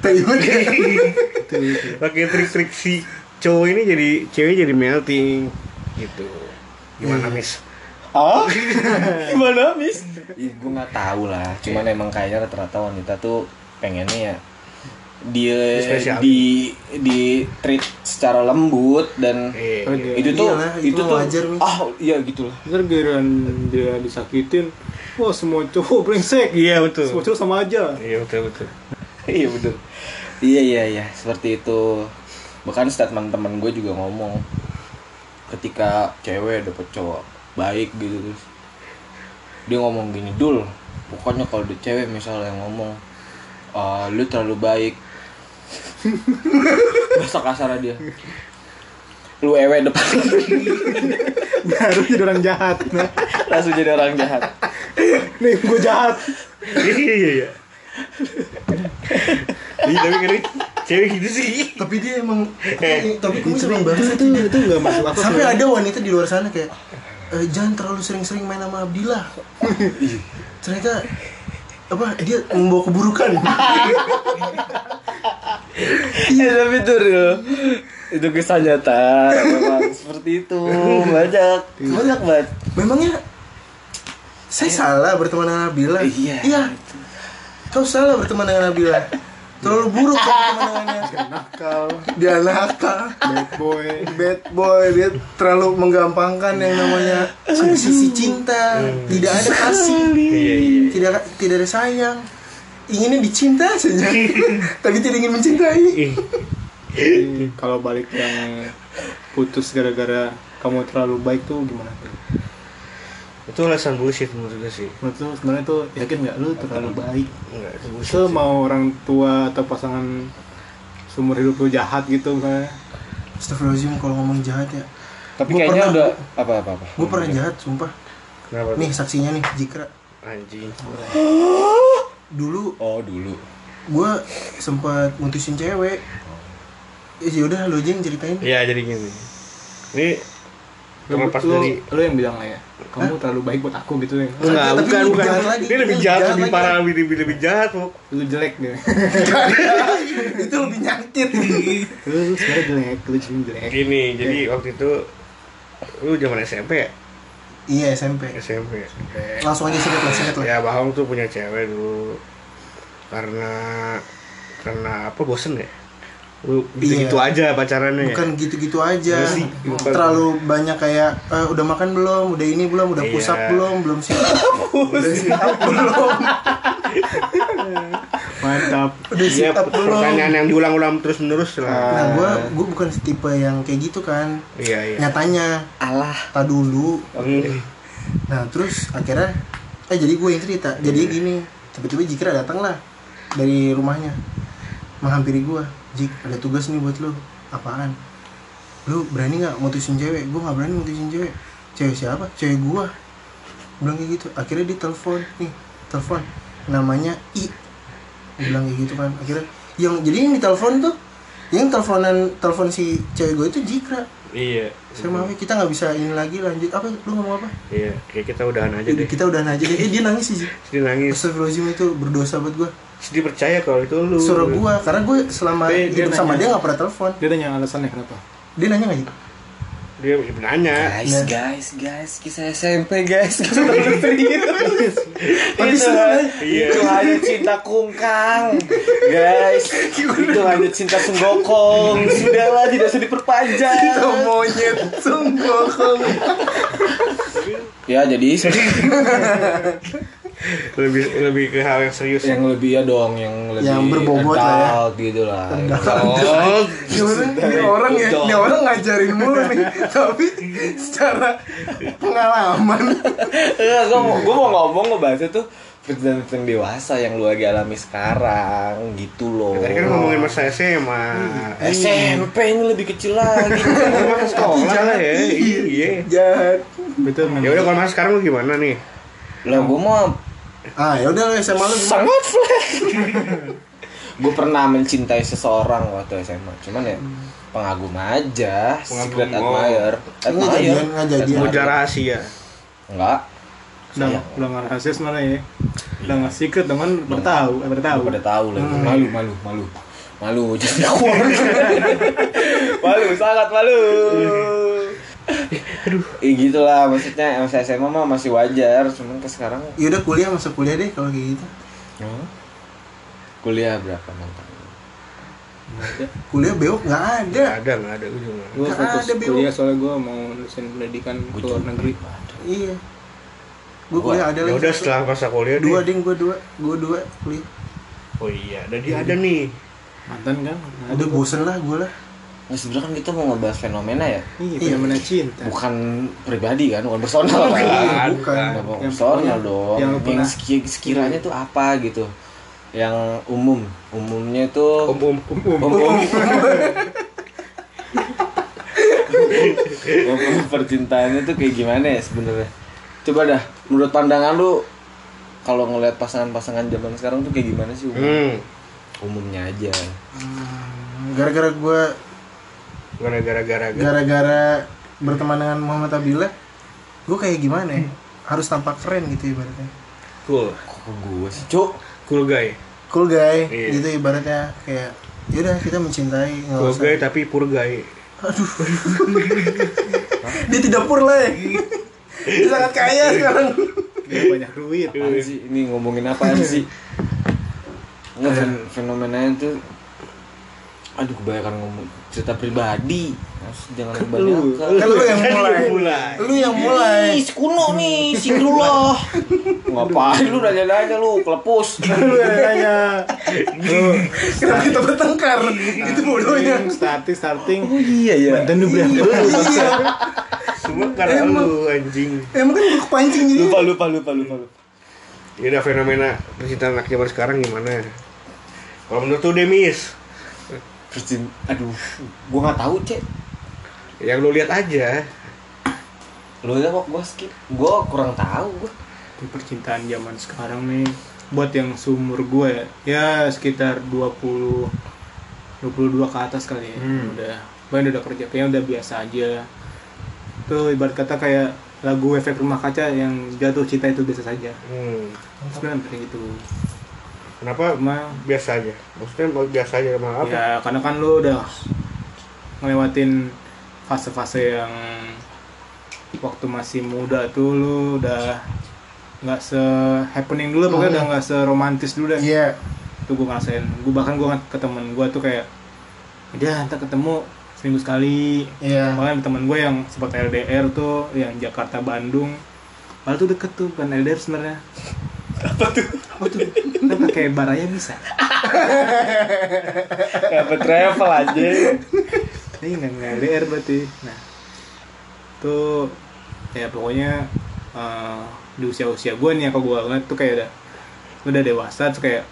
[SPEAKER 2] tai banget
[SPEAKER 1] itu, itu.
[SPEAKER 4] pakai trik-trik si cowok ini jadi cewek jadi melting gitu. Gimana Miss?
[SPEAKER 3] Oh? Gimana, Miss? Ih, gue nggak tahu lah. Cuman emang kayaknya rata-rata wanita tuh pengennya ya dia
[SPEAKER 4] Dispesialin.
[SPEAKER 3] di di treat secara lembut dan
[SPEAKER 4] Eh,
[SPEAKER 1] Oke.
[SPEAKER 3] itu tuh
[SPEAKER 2] Iyalah, itu
[SPEAKER 3] Iya. itu, tuh
[SPEAKER 2] wajar, Mi.
[SPEAKER 3] ah iya gitulah
[SPEAKER 1] ntar giliran dia disakitin wah semua cowok brengsek Gitu.
[SPEAKER 4] Iya betul.
[SPEAKER 1] semua cowok sama aja
[SPEAKER 4] Iya betul betul.
[SPEAKER 3] iya bener iya iya iya seperti itu bahkan statement teman gue juga ngomong ketika cewek dapet cowok baik gitu terus dia ngomong gini dul pokoknya kalau ada cewek misalnya yang ngomong "Ah, lu terlalu baik bahasa kasar dia lu ewe depan
[SPEAKER 1] baru jadi orang jahat nah
[SPEAKER 3] langsung jadi orang jahat
[SPEAKER 1] nih gue jahat
[SPEAKER 4] Iya iya iya. Iya tapi ngeri cewek gitu sih.
[SPEAKER 2] tapi dia emang
[SPEAKER 4] Eh,
[SPEAKER 2] tapi kamu
[SPEAKER 1] itu
[SPEAKER 2] seneng
[SPEAKER 1] itu
[SPEAKER 2] banget
[SPEAKER 1] itu itu nggak masuk akal
[SPEAKER 2] sampai
[SPEAKER 1] sebenarnya.
[SPEAKER 2] ada wanita di luar sana kayak "Eh, jangan terlalu sering-sering main sama Abdillah ternyata apa dia membawa keburukan
[SPEAKER 3] Iya tapi itu real. Itu kisah nyata memang seperti itu banyak banyak banget.
[SPEAKER 2] memangnya saya
[SPEAKER 1] Iya.
[SPEAKER 2] salah berteman dengan Abdillah
[SPEAKER 1] Eh,
[SPEAKER 3] Iya.
[SPEAKER 2] kau salah berteman dengan Abdillah terlalu buruk kau berteman dengannya
[SPEAKER 1] nakal
[SPEAKER 2] dia nakal
[SPEAKER 1] bad boy
[SPEAKER 2] bad boy dia terlalu menggampangkan yang namanya sisi cinta tidak ada kasih
[SPEAKER 4] Iya iya.
[SPEAKER 2] tidak tidak ada sayang inginnya dicinta saja tapi tidak ingin mencintai
[SPEAKER 1] Iya. Jadi, kalau balik yang putus gara-gara kamu terlalu baik tuh gimana tuh
[SPEAKER 4] Itu alasan bullshit menurut gue sih.
[SPEAKER 1] menurut lu sebenarnya tuh yakin nggak lu terlalu baik
[SPEAKER 4] Enggak itu bullshit.
[SPEAKER 1] Itu mau orang tua atau pasangan seumur hidup lu jahat gitu misalnya
[SPEAKER 2] Astagfirullahaladzim kalau ngomong jahat ya
[SPEAKER 3] Tapi
[SPEAKER 2] Gua
[SPEAKER 3] kayaknya
[SPEAKER 2] pernah-
[SPEAKER 3] udah apa apa apa.
[SPEAKER 2] Gue pernah jahat sumpah
[SPEAKER 4] Kenapa? tuh?
[SPEAKER 2] Nih saksinya nih Jikra
[SPEAKER 4] Anjing.
[SPEAKER 2] Dulu
[SPEAKER 3] Oh dulu.
[SPEAKER 2] gue sempat mutusin cewek Eh yaudah lu aja yang ceritain
[SPEAKER 4] Iya jadi gini. Ini
[SPEAKER 1] lu,
[SPEAKER 4] terlepas
[SPEAKER 1] lu-
[SPEAKER 4] dari
[SPEAKER 1] lu yang bilang lah ya kamu terlalu baik buat aku gitu ya
[SPEAKER 4] Enggak,
[SPEAKER 2] Tapi
[SPEAKER 4] bukan,
[SPEAKER 2] lebih
[SPEAKER 4] bukan.
[SPEAKER 2] jahat lagi.
[SPEAKER 4] Ini lebih
[SPEAKER 2] Lebih
[SPEAKER 4] jahat,
[SPEAKER 2] jahat
[SPEAKER 4] lebih
[SPEAKER 2] lagi.
[SPEAKER 4] parah, lebih, lebih, lebih jahat, Bro.
[SPEAKER 1] lu jelek gitu
[SPEAKER 2] Itu lebih nyakit
[SPEAKER 1] lu, lu sebenarnya jelek lu cuma jelek
[SPEAKER 4] Gini, jadi Eh, waktu itu lu zaman SMP ya?
[SPEAKER 2] Iya SMP
[SPEAKER 4] SMP.
[SPEAKER 2] Langsung aja singkat lah singkat lah
[SPEAKER 4] Ya, Bahong tuh punya cewek dulu. Karena karena apa bosen ya? Lu
[SPEAKER 2] Iya.
[SPEAKER 4] gitu, -gitu aja pacarannya.
[SPEAKER 2] Bukan gitu-gitu aja
[SPEAKER 4] Iya sih, bukan.
[SPEAKER 2] Terlalu banyak kayak eh, Udah makan belum? Udah ini belum? Udah
[SPEAKER 4] Iya.
[SPEAKER 2] pusap belum? Belum sih Udah sit up belum?
[SPEAKER 1] mantap
[SPEAKER 2] Udah
[SPEAKER 4] ya? Iya,
[SPEAKER 2] sit up belum?
[SPEAKER 4] pertanyaan yang diulang-ulang terus-menerus lah.
[SPEAKER 2] Nah gue gua bukan tipe yang kayak gitu kan
[SPEAKER 4] Iya, iya.
[SPEAKER 2] Nyatanya
[SPEAKER 3] Allah.
[SPEAKER 2] Tak dulu
[SPEAKER 4] Hmm.
[SPEAKER 2] Nah terus akhirnya eh jadi gue yang cerita. Jadi gini tiba-tiba Jikra datang lah dari rumahnya menghampiri gue. Jik ada tugas nih buat lu. Apaan? Lu berani nggak mutusin cewek? Gue nggak berani mutusin cewek. Cewek siapa? Cewek gue. Bilang kayak gitu. Akhirnya dia telepon nih telepon namanya I. Dia bilang kayak gitu kan. Akhirnya yang jadi yang ditelepon tuh yang teleponan telepon si cewek gue itu Jikra.
[SPEAKER 4] Iya.
[SPEAKER 2] Saya maaf ya, kita nggak bisa ini lagi lanjut apa? Lu ngomong apa?
[SPEAKER 4] Iya, kayak kita udahan aja
[SPEAKER 2] Jadi
[SPEAKER 4] deh.
[SPEAKER 2] kita udah aja deh. Eh, dia nangis sih.
[SPEAKER 4] Sedih nangis.
[SPEAKER 2] Astagfirullahaladzim itu berdosa buat gue.
[SPEAKER 4] Sedih percaya kalau itu lu.
[SPEAKER 2] Suruh gue, karena gue selama
[SPEAKER 1] Tapi dia
[SPEAKER 2] hidup sama
[SPEAKER 1] nanya.
[SPEAKER 2] dia gak pernah telepon.
[SPEAKER 1] dia tanya alasannya kenapa
[SPEAKER 2] Dia nanya gak sih?
[SPEAKER 4] Dia nanya.
[SPEAKER 3] Guys,
[SPEAKER 2] Nah.
[SPEAKER 3] guys, guys, kisah SMP guys, kita terlalu serius.
[SPEAKER 2] Tapi
[SPEAKER 3] itu,
[SPEAKER 2] seru,
[SPEAKER 3] hanya-
[SPEAKER 2] kan?
[SPEAKER 3] itu hanya cinta kungkang, guys. itu hanya cinta senggokong. Sudahlah, tidak usah diperpanjang.
[SPEAKER 2] monyet sungguh.
[SPEAKER 3] Ya jadi
[SPEAKER 4] lebih lebih ke hal yang serius
[SPEAKER 3] yang lebih ya dong yang lebih
[SPEAKER 2] Yang berbobot lah ya.
[SPEAKER 3] adult gitu lah
[SPEAKER 4] oh
[SPEAKER 2] Gimana ini orang ya, ini orang ngajarin mulu nih Tapi secara pengalaman
[SPEAKER 3] gue mau gue mau ngomong ngebahasnya tuh Fitnah-fitnah dewasa yang lu lagi alami sekarang gitu loh Iya.
[SPEAKER 4] tadi kan ngomongin masa SMA
[SPEAKER 3] SMP ini lebih kecil lagi
[SPEAKER 4] emang sekolah lah ya iya
[SPEAKER 2] Jahat
[SPEAKER 1] Betul
[SPEAKER 4] ya udah kalau mas sekarang lu gimana nih
[SPEAKER 3] lah gue mah
[SPEAKER 2] Ah yaudah lu SMA lu gimana?
[SPEAKER 3] sangat flat gue pernah mencintai seseorang waktu SMA cuman ya pengagum aja secret
[SPEAKER 4] Pengagum, oh.
[SPEAKER 3] admirer
[SPEAKER 2] Nggak
[SPEAKER 3] admirer
[SPEAKER 2] jadian, nggak jadian.
[SPEAKER 4] Udah rahasia
[SPEAKER 3] enggak
[SPEAKER 1] udah
[SPEAKER 3] Sayang.
[SPEAKER 1] udah nggak rahasia sebenarnya ya udah nggak secret dengan bertahu eh, bertahu
[SPEAKER 3] Lu pada tahu lah
[SPEAKER 1] Hmm.
[SPEAKER 3] malu malu malu malu jadi keluar malu sangat malu aduh ya gitulah maksudnya masa SMA mah masih wajar cuman ke sekarang
[SPEAKER 2] Yaudah Ya kuliah masuk kuliah deh kalau kayak gitu
[SPEAKER 3] kuliah berapa mantan
[SPEAKER 2] Kuliah bewok nggak ada
[SPEAKER 4] nggak ada nggak ada ujung
[SPEAKER 1] gue
[SPEAKER 2] Nggak
[SPEAKER 1] fokus
[SPEAKER 2] ada, Bimo.
[SPEAKER 1] kuliah soalnya gue mau nulisin pendidikan ke luar negeri
[SPEAKER 2] Iya Gue kuliah ada
[SPEAKER 4] ya
[SPEAKER 2] lagi
[SPEAKER 4] udah
[SPEAKER 2] satu.
[SPEAKER 4] setelah masa kuliah
[SPEAKER 2] Dua
[SPEAKER 4] deh
[SPEAKER 2] ding gue dua Gue dua kuliah
[SPEAKER 4] oh iya ada dia ada nih
[SPEAKER 1] mantan kan
[SPEAKER 2] Udah bosen lah gue lah
[SPEAKER 3] nah, sebenarnya kan kita mau ngebahas fenomena ya
[SPEAKER 1] iya fenomena cinta
[SPEAKER 3] bukan pribadi kan bukan personal kan
[SPEAKER 4] Bukan.
[SPEAKER 2] Bukan
[SPEAKER 3] Nggak mau
[SPEAKER 1] Iya. Yang
[SPEAKER 3] personal
[SPEAKER 1] pokoknya
[SPEAKER 3] dong
[SPEAKER 1] yang
[SPEAKER 3] yang,
[SPEAKER 1] lu pernah-
[SPEAKER 3] seki- sekiranya tuh apa gitu yang umum umumnya tuh
[SPEAKER 4] om om
[SPEAKER 3] Om- om. Om- om percintaannya tuh kayak gimana ya sebenarnya coba dah menurut pandangan lu kalau ngelihat pasangan-pasangan zaman sekarang tuh kayak gimana sih umum?
[SPEAKER 4] hmm
[SPEAKER 3] umumnya aja
[SPEAKER 2] Hmm, Gara-gara gue
[SPEAKER 4] gara-gara gara-gara
[SPEAKER 2] Gara-gara berteman dengan Muhammad Abdullah Gue kayak gimana ya Harus tampak keren gitu ibaratnya
[SPEAKER 4] cool
[SPEAKER 3] kok ke gue sih cuk
[SPEAKER 4] cool guy
[SPEAKER 2] Cool guy
[SPEAKER 4] Iya.
[SPEAKER 2] gitu ibaratnya Kayak yaudah kita mencintai nggak
[SPEAKER 4] cool
[SPEAKER 2] usah.
[SPEAKER 4] guy tapi poor guy
[SPEAKER 2] Dia tidak pur lah ya. Dia sangat kaya
[SPEAKER 1] Iya.
[SPEAKER 2] sekarang
[SPEAKER 1] dia banyak duit
[SPEAKER 3] apaan sih ini ngomongin apaan sih Nggak, fen- fenomenanya tuh aduh kebanyakan ngomong cerita pribadi Mas, jangan kebanyakan
[SPEAKER 2] Kan lu yang mulai
[SPEAKER 4] mulai
[SPEAKER 2] Lu yang
[SPEAKER 5] Ih,
[SPEAKER 2] mulai
[SPEAKER 5] si kuno nih, si Nurullah.
[SPEAKER 3] ngapain lu nanya-nanya lu kelepus
[SPEAKER 1] lu yang nanya lu
[SPEAKER 2] Kenapa kita bertengkar
[SPEAKER 1] Iya.
[SPEAKER 2] Itu bodohnya
[SPEAKER 1] yang starting starting
[SPEAKER 3] iya ya
[SPEAKER 1] mantan lu berapa
[SPEAKER 2] Iya
[SPEAKER 4] semua karena lu anjing
[SPEAKER 2] Emang kan gue kepancing jadi
[SPEAKER 3] lupa lupa lupa lupa lupa
[SPEAKER 4] ya udah fenomena percintaan anak zaman sekarang gimana kalau menurut lu Demis
[SPEAKER 3] Percin- aduh gua nggak tahu cek
[SPEAKER 4] yang lu lihat aja
[SPEAKER 3] lu ya kok gua skip gua kurang tahu gua
[SPEAKER 1] Di percintaan zaman sekarang nih buat yang seumur gue ya ya sekitar 20 22 ke atas kali ya udah banyak udah kerja kayaknya udah biasa aja tuh ibarat kata kayak lagu efek rumah kaca yang jatuh cinta itu biasa saja
[SPEAKER 4] hmm.
[SPEAKER 1] sebenarnya hampir gitu
[SPEAKER 4] kenapa
[SPEAKER 1] cuma
[SPEAKER 4] biasa aja maksudnya mau biasa aja sama apa
[SPEAKER 1] ya karena kan lu udah ngelewatin fase-fase yang waktu masih muda tuh lu udah nggak se happening dulu pokoknya udah nggak seromantis dulu deh
[SPEAKER 2] Iya
[SPEAKER 1] tuh gue ngerasain gue bahkan gue ke temen gue tuh kayak udah ntar ketemu seminggu sekali
[SPEAKER 2] Iya
[SPEAKER 1] Makanya temen gue yang sempat LDR tuh yang Jakarta Bandung Padahal tuh deket tuh bukan LDR sebenarnya. Apa tuh? Apa tuh? Kan pakai baraya bisa.
[SPEAKER 3] dapat travel aja
[SPEAKER 1] Ini nggak nggak LDR berarti. Nah, tuh ya pokoknya eh, di usia usia gue nih aku gue ngeliat tuh kayak udah udah dewasa tuh kayak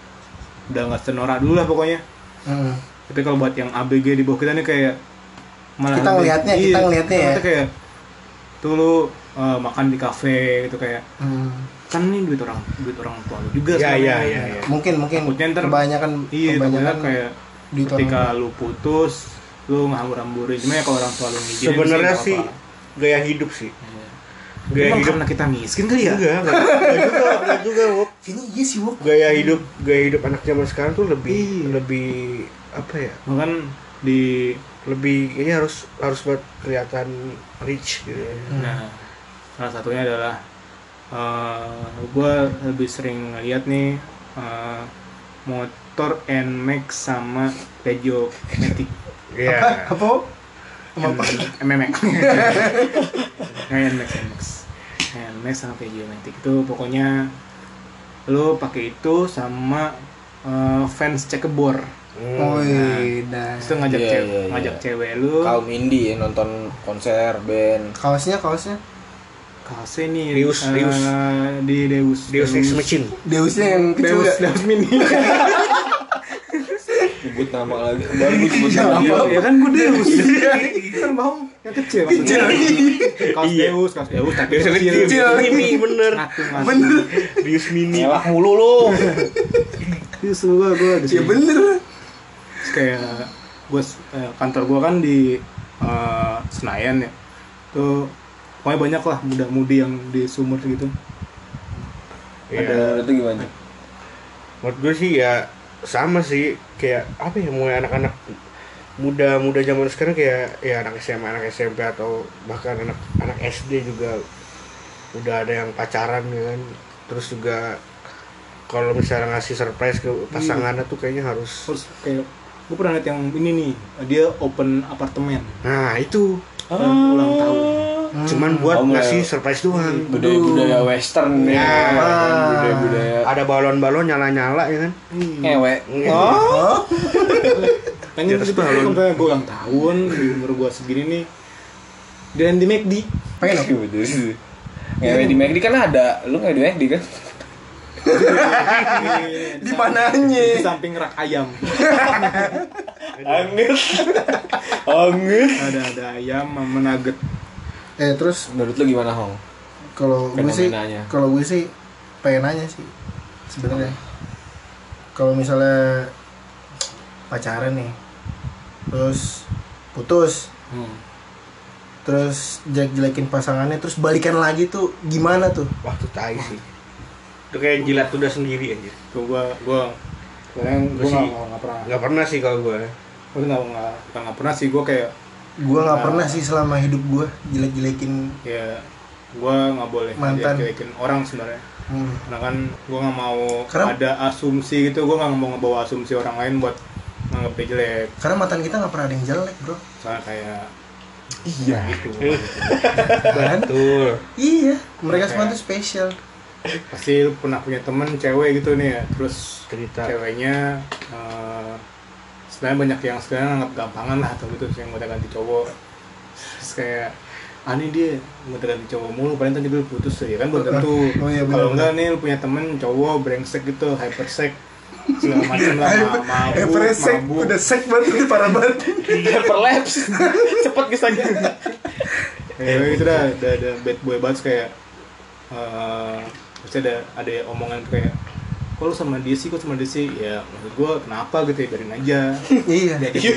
[SPEAKER 1] udah nggak senorak dulu lah pokoknya.
[SPEAKER 2] Hmm.
[SPEAKER 1] Tapi kalau buat yang ABG di bawah kita nih kayak malah
[SPEAKER 2] Kita ngelihatnya,
[SPEAKER 1] iya,
[SPEAKER 2] kita ngelihatnya ya.
[SPEAKER 1] kita kayak tuh lu eh, makan di kafe gitu kayak
[SPEAKER 2] Hmm.
[SPEAKER 1] kan ini duit orang duit orang tua lu juga
[SPEAKER 4] ya
[SPEAKER 1] sebenarnya.
[SPEAKER 4] ya ya, ya.
[SPEAKER 2] Mungkin mungkin
[SPEAKER 1] Iya. Takutnya ntar-
[SPEAKER 2] kebanyakan
[SPEAKER 1] iya takutnya
[SPEAKER 2] kebanyakan
[SPEAKER 1] kayak
[SPEAKER 2] duit orang
[SPEAKER 1] ketika lu putus lu ngambur amburin cuma ya kalau orang tua lu ngizinin
[SPEAKER 4] sebenarnya
[SPEAKER 1] nggak
[SPEAKER 4] sih
[SPEAKER 1] apa-apa.
[SPEAKER 4] gaya hidup sih
[SPEAKER 1] Iya.
[SPEAKER 4] gaya
[SPEAKER 1] Emang
[SPEAKER 4] hidup
[SPEAKER 1] karena kita miskin kali ya
[SPEAKER 4] juga nggak nggak juga nggak juga Wok.
[SPEAKER 2] Kayaknya iya sih Wok
[SPEAKER 4] gaya hidup gaya hidup anak zaman sekarang tuh lebih
[SPEAKER 1] Iya.
[SPEAKER 4] lebih apa ya
[SPEAKER 1] bahkan di
[SPEAKER 4] lebih ini harus harus buat kelihatan rich gitu ya.
[SPEAKER 1] nah salah satunya adalah eh gue lebih sering ngeliat nih eh, motor NMAX sama Peugeot Matic
[SPEAKER 4] Iya.
[SPEAKER 2] Apa? Apa? Wok?
[SPEAKER 1] MMX Nah, NMAX NMAX NMAX sama Peugeot Matic itu pokoknya lu pakai itu sama eh, fans cekebor
[SPEAKER 4] Hmm.
[SPEAKER 2] Oh, iya. Woi, dah.
[SPEAKER 1] itu ngajak
[SPEAKER 3] Iya,
[SPEAKER 1] cewek
[SPEAKER 3] iya, iya.
[SPEAKER 1] ngajak cewek lu
[SPEAKER 3] kaum indie ya, nonton konser band
[SPEAKER 2] Kaosnya, kaosnya.
[SPEAKER 1] kasih nih
[SPEAKER 4] Rius,
[SPEAKER 1] eh,
[SPEAKER 4] Rius.
[SPEAKER 1] di Deus
[SPEAKER 4] Deus Ex Machine
[SPEAKER 2] Deusnya yang kecil
[SPEAKER 1] Deus
[SPEAKER 2] ya?
[SPEAKER 1] Deus Mini
[SPEAKER 3] nyebut nama lagi baru gua sebut nama
[SPEAKER 1] Iya, ya kan gue Deus kan bang yang kecil maksudnya kaos Deus kaos Iya. Deus tapi
[SPEAKER 4] Deus Ex
[SPEAKER 1] kecil
[SPEAKER 4] Machine ini bener
[SPEAKER 1] ngatur ngatur
[SPEAKER 2] Bener.
[SPEAKER 4] Deus Mini
[SPEAKER 3] Ngelak mulu lu
[SPEAKER 1] terus gue gue
[SPEAKER 2] Ya bener.
[SPEAKER 1] Terus kayak gue kantor gue kan di eh, Senayan ya tuh pokoknya banyak lah muda-mudi yang di sumur gitu
[SPEAKER 4] Iya.
[SPEAKER 3] Menurut itu gimana?
[SPEAKER 4] menurut gue sih ya sama sih kayak apa ya mulai anak-anak muda-muda zaman sekarang kayak ya anak SMA, anak SMP atau bahkan anak anak SD juga udah ada yang pacaran ya kan. Terus juga kalau misalnya ngasih surprise ke pasangannya tuh kayaknya harus
[SPEAKER 1] terus kayak gue pernah liat yang ini nih dia open apartemen
[SPEAKER 4] nah itu
[SPEAKER 1] ulang, ulang tahun
[SPEAKER 4] cuman buat
[SPEAKER 3] Oh, well.
[SPEAKER 4] ngasih surprise doang.
[SPEAKER 3] Budaya-budaya western nih
[SPEAKER 4] Ya.
[SPEAKER 3] Budaya-budaya
[SPEAKER 4] Ada balon-balon nyala-nyala ya kan.
[SPEAKER 3] Ngewek
[SPEAKER 2] Oh,
[SPEAKER 1] Iya. pengen
[SPEAKER 4] Di atas
[SPEAKER 1] gitu
[SPEAKER 4] balon.
[SPEAKER 1] kalau misalnya gue ulang tahun di umur gue segini nih dan di McD
[SPEAKER 2] pengen aku.
[SPEAKER 3] Ngewek Iya, di McD kan ada Lu ngewek di McD kan?
[SPEAKER 2] Di mananya?
[SPEAKER 1] di samping rak ayam
[SPEAKER 3] Anget Anget
[SPEAKER 1] ada ada ayam sama nugget
[SPEAKER 2] Eh terus
[SPEAKER 3] Menurut lu gimana Hong?
[SPEAKER 2] kalau gue sih
[SPEAKER 3] Fenomenanya.
[SPEAKER 2] kalau gue sih pengen nanya sih sebenarnya kalau misalnya pacaran nih terus putus
[SPEAKER 1] hmm.
[SPEAKER 2] terus jelek-jelekin pasangannya terus balikan lagi tuh gimana tuh
[SPEAKER 4] Waktu tai sih. Itu kayak jilat udah sendiri aja.
[SPEAKER 1] tuh gue gue kadang gue
[SPEAKER 4] Gua sih-
[SPEAKER 1] nggak pernah
[SPEAKER 4] nggak pernah sih kalau gue.
[SPEAKER 1] gue nggak nggak nggak pernah sih gue kayak
[SPEAKER 2] gue nggak
[SPEAKER 1] Nah.
[SPEAKER 2] pernah sih selama hidup gue jelek-jelekin
[SPEAKER 1] ya gue nggak boleh
[SPEAKER 2] Mantan.
[SPEAKER 1] jelek-jelekin orang sebenarnya
[SPEAKER 2] hmm.
[SPEAKER 1] karena kan gue nggak mau
[SPEAKER 2] Karena-
[SPEAKER 1] ada asumsi gitu gue nggak mau ngebawa asumsi orang lain buat nganggep dia jelek
[SPEAKER 2] karena mantan kita nggak pernah ada yang jelek bro
[SPEAKER 1] soalnya kayak
[SPEAKER 3] Iya
[SPEAKER 1] gitu
[SPEAKER 2] kan
[SPEAKER 4] Betul.
[SPEAKER 2] iya mereka
[SPEAKER 1] Kayak-
[SPEAKER 2] semua tuh spesial
[SPEAKER 1] pasti lu pernah punya temen cewek gitu nih ya terus
[SPEAKER 4] Cerita.
[SPEAKER 1] ceweknya eh sebenarnya banyak yang sekarang anggap gampangan lah atau gitu terus yang udah ganti cowok terus kayak ah ini dia udah ganti cowok mulu paling tadi dulu putus ya kan belum tentu
[SPEAKER 2] Oh iya, benar,
[SPEAKER 1] kalau enggak nih lu punya temen cowok brengsek gitu hypersek segala macam lah ma-
[SPEAKER 2] eh
[SPEAKER 1] mabuk
[SPEAKER 2] presek
[SPEAKER 1] mabuk
[SPEAKER 2] udah sek banget parah banget
[SPEAKER 3] Hyperlapse Cepet gitu. kesannya
[SPEAKER 1] ya itu dah ada ada bad boy banget kayak eh pasti ada ada omongan kayak kok lu sama dia sih kok sama dia sih ya maksud gue kenapa gitu ya biarin aja
[SPEAKER 2] iya
[SPEAKER 1] Dia aja punya.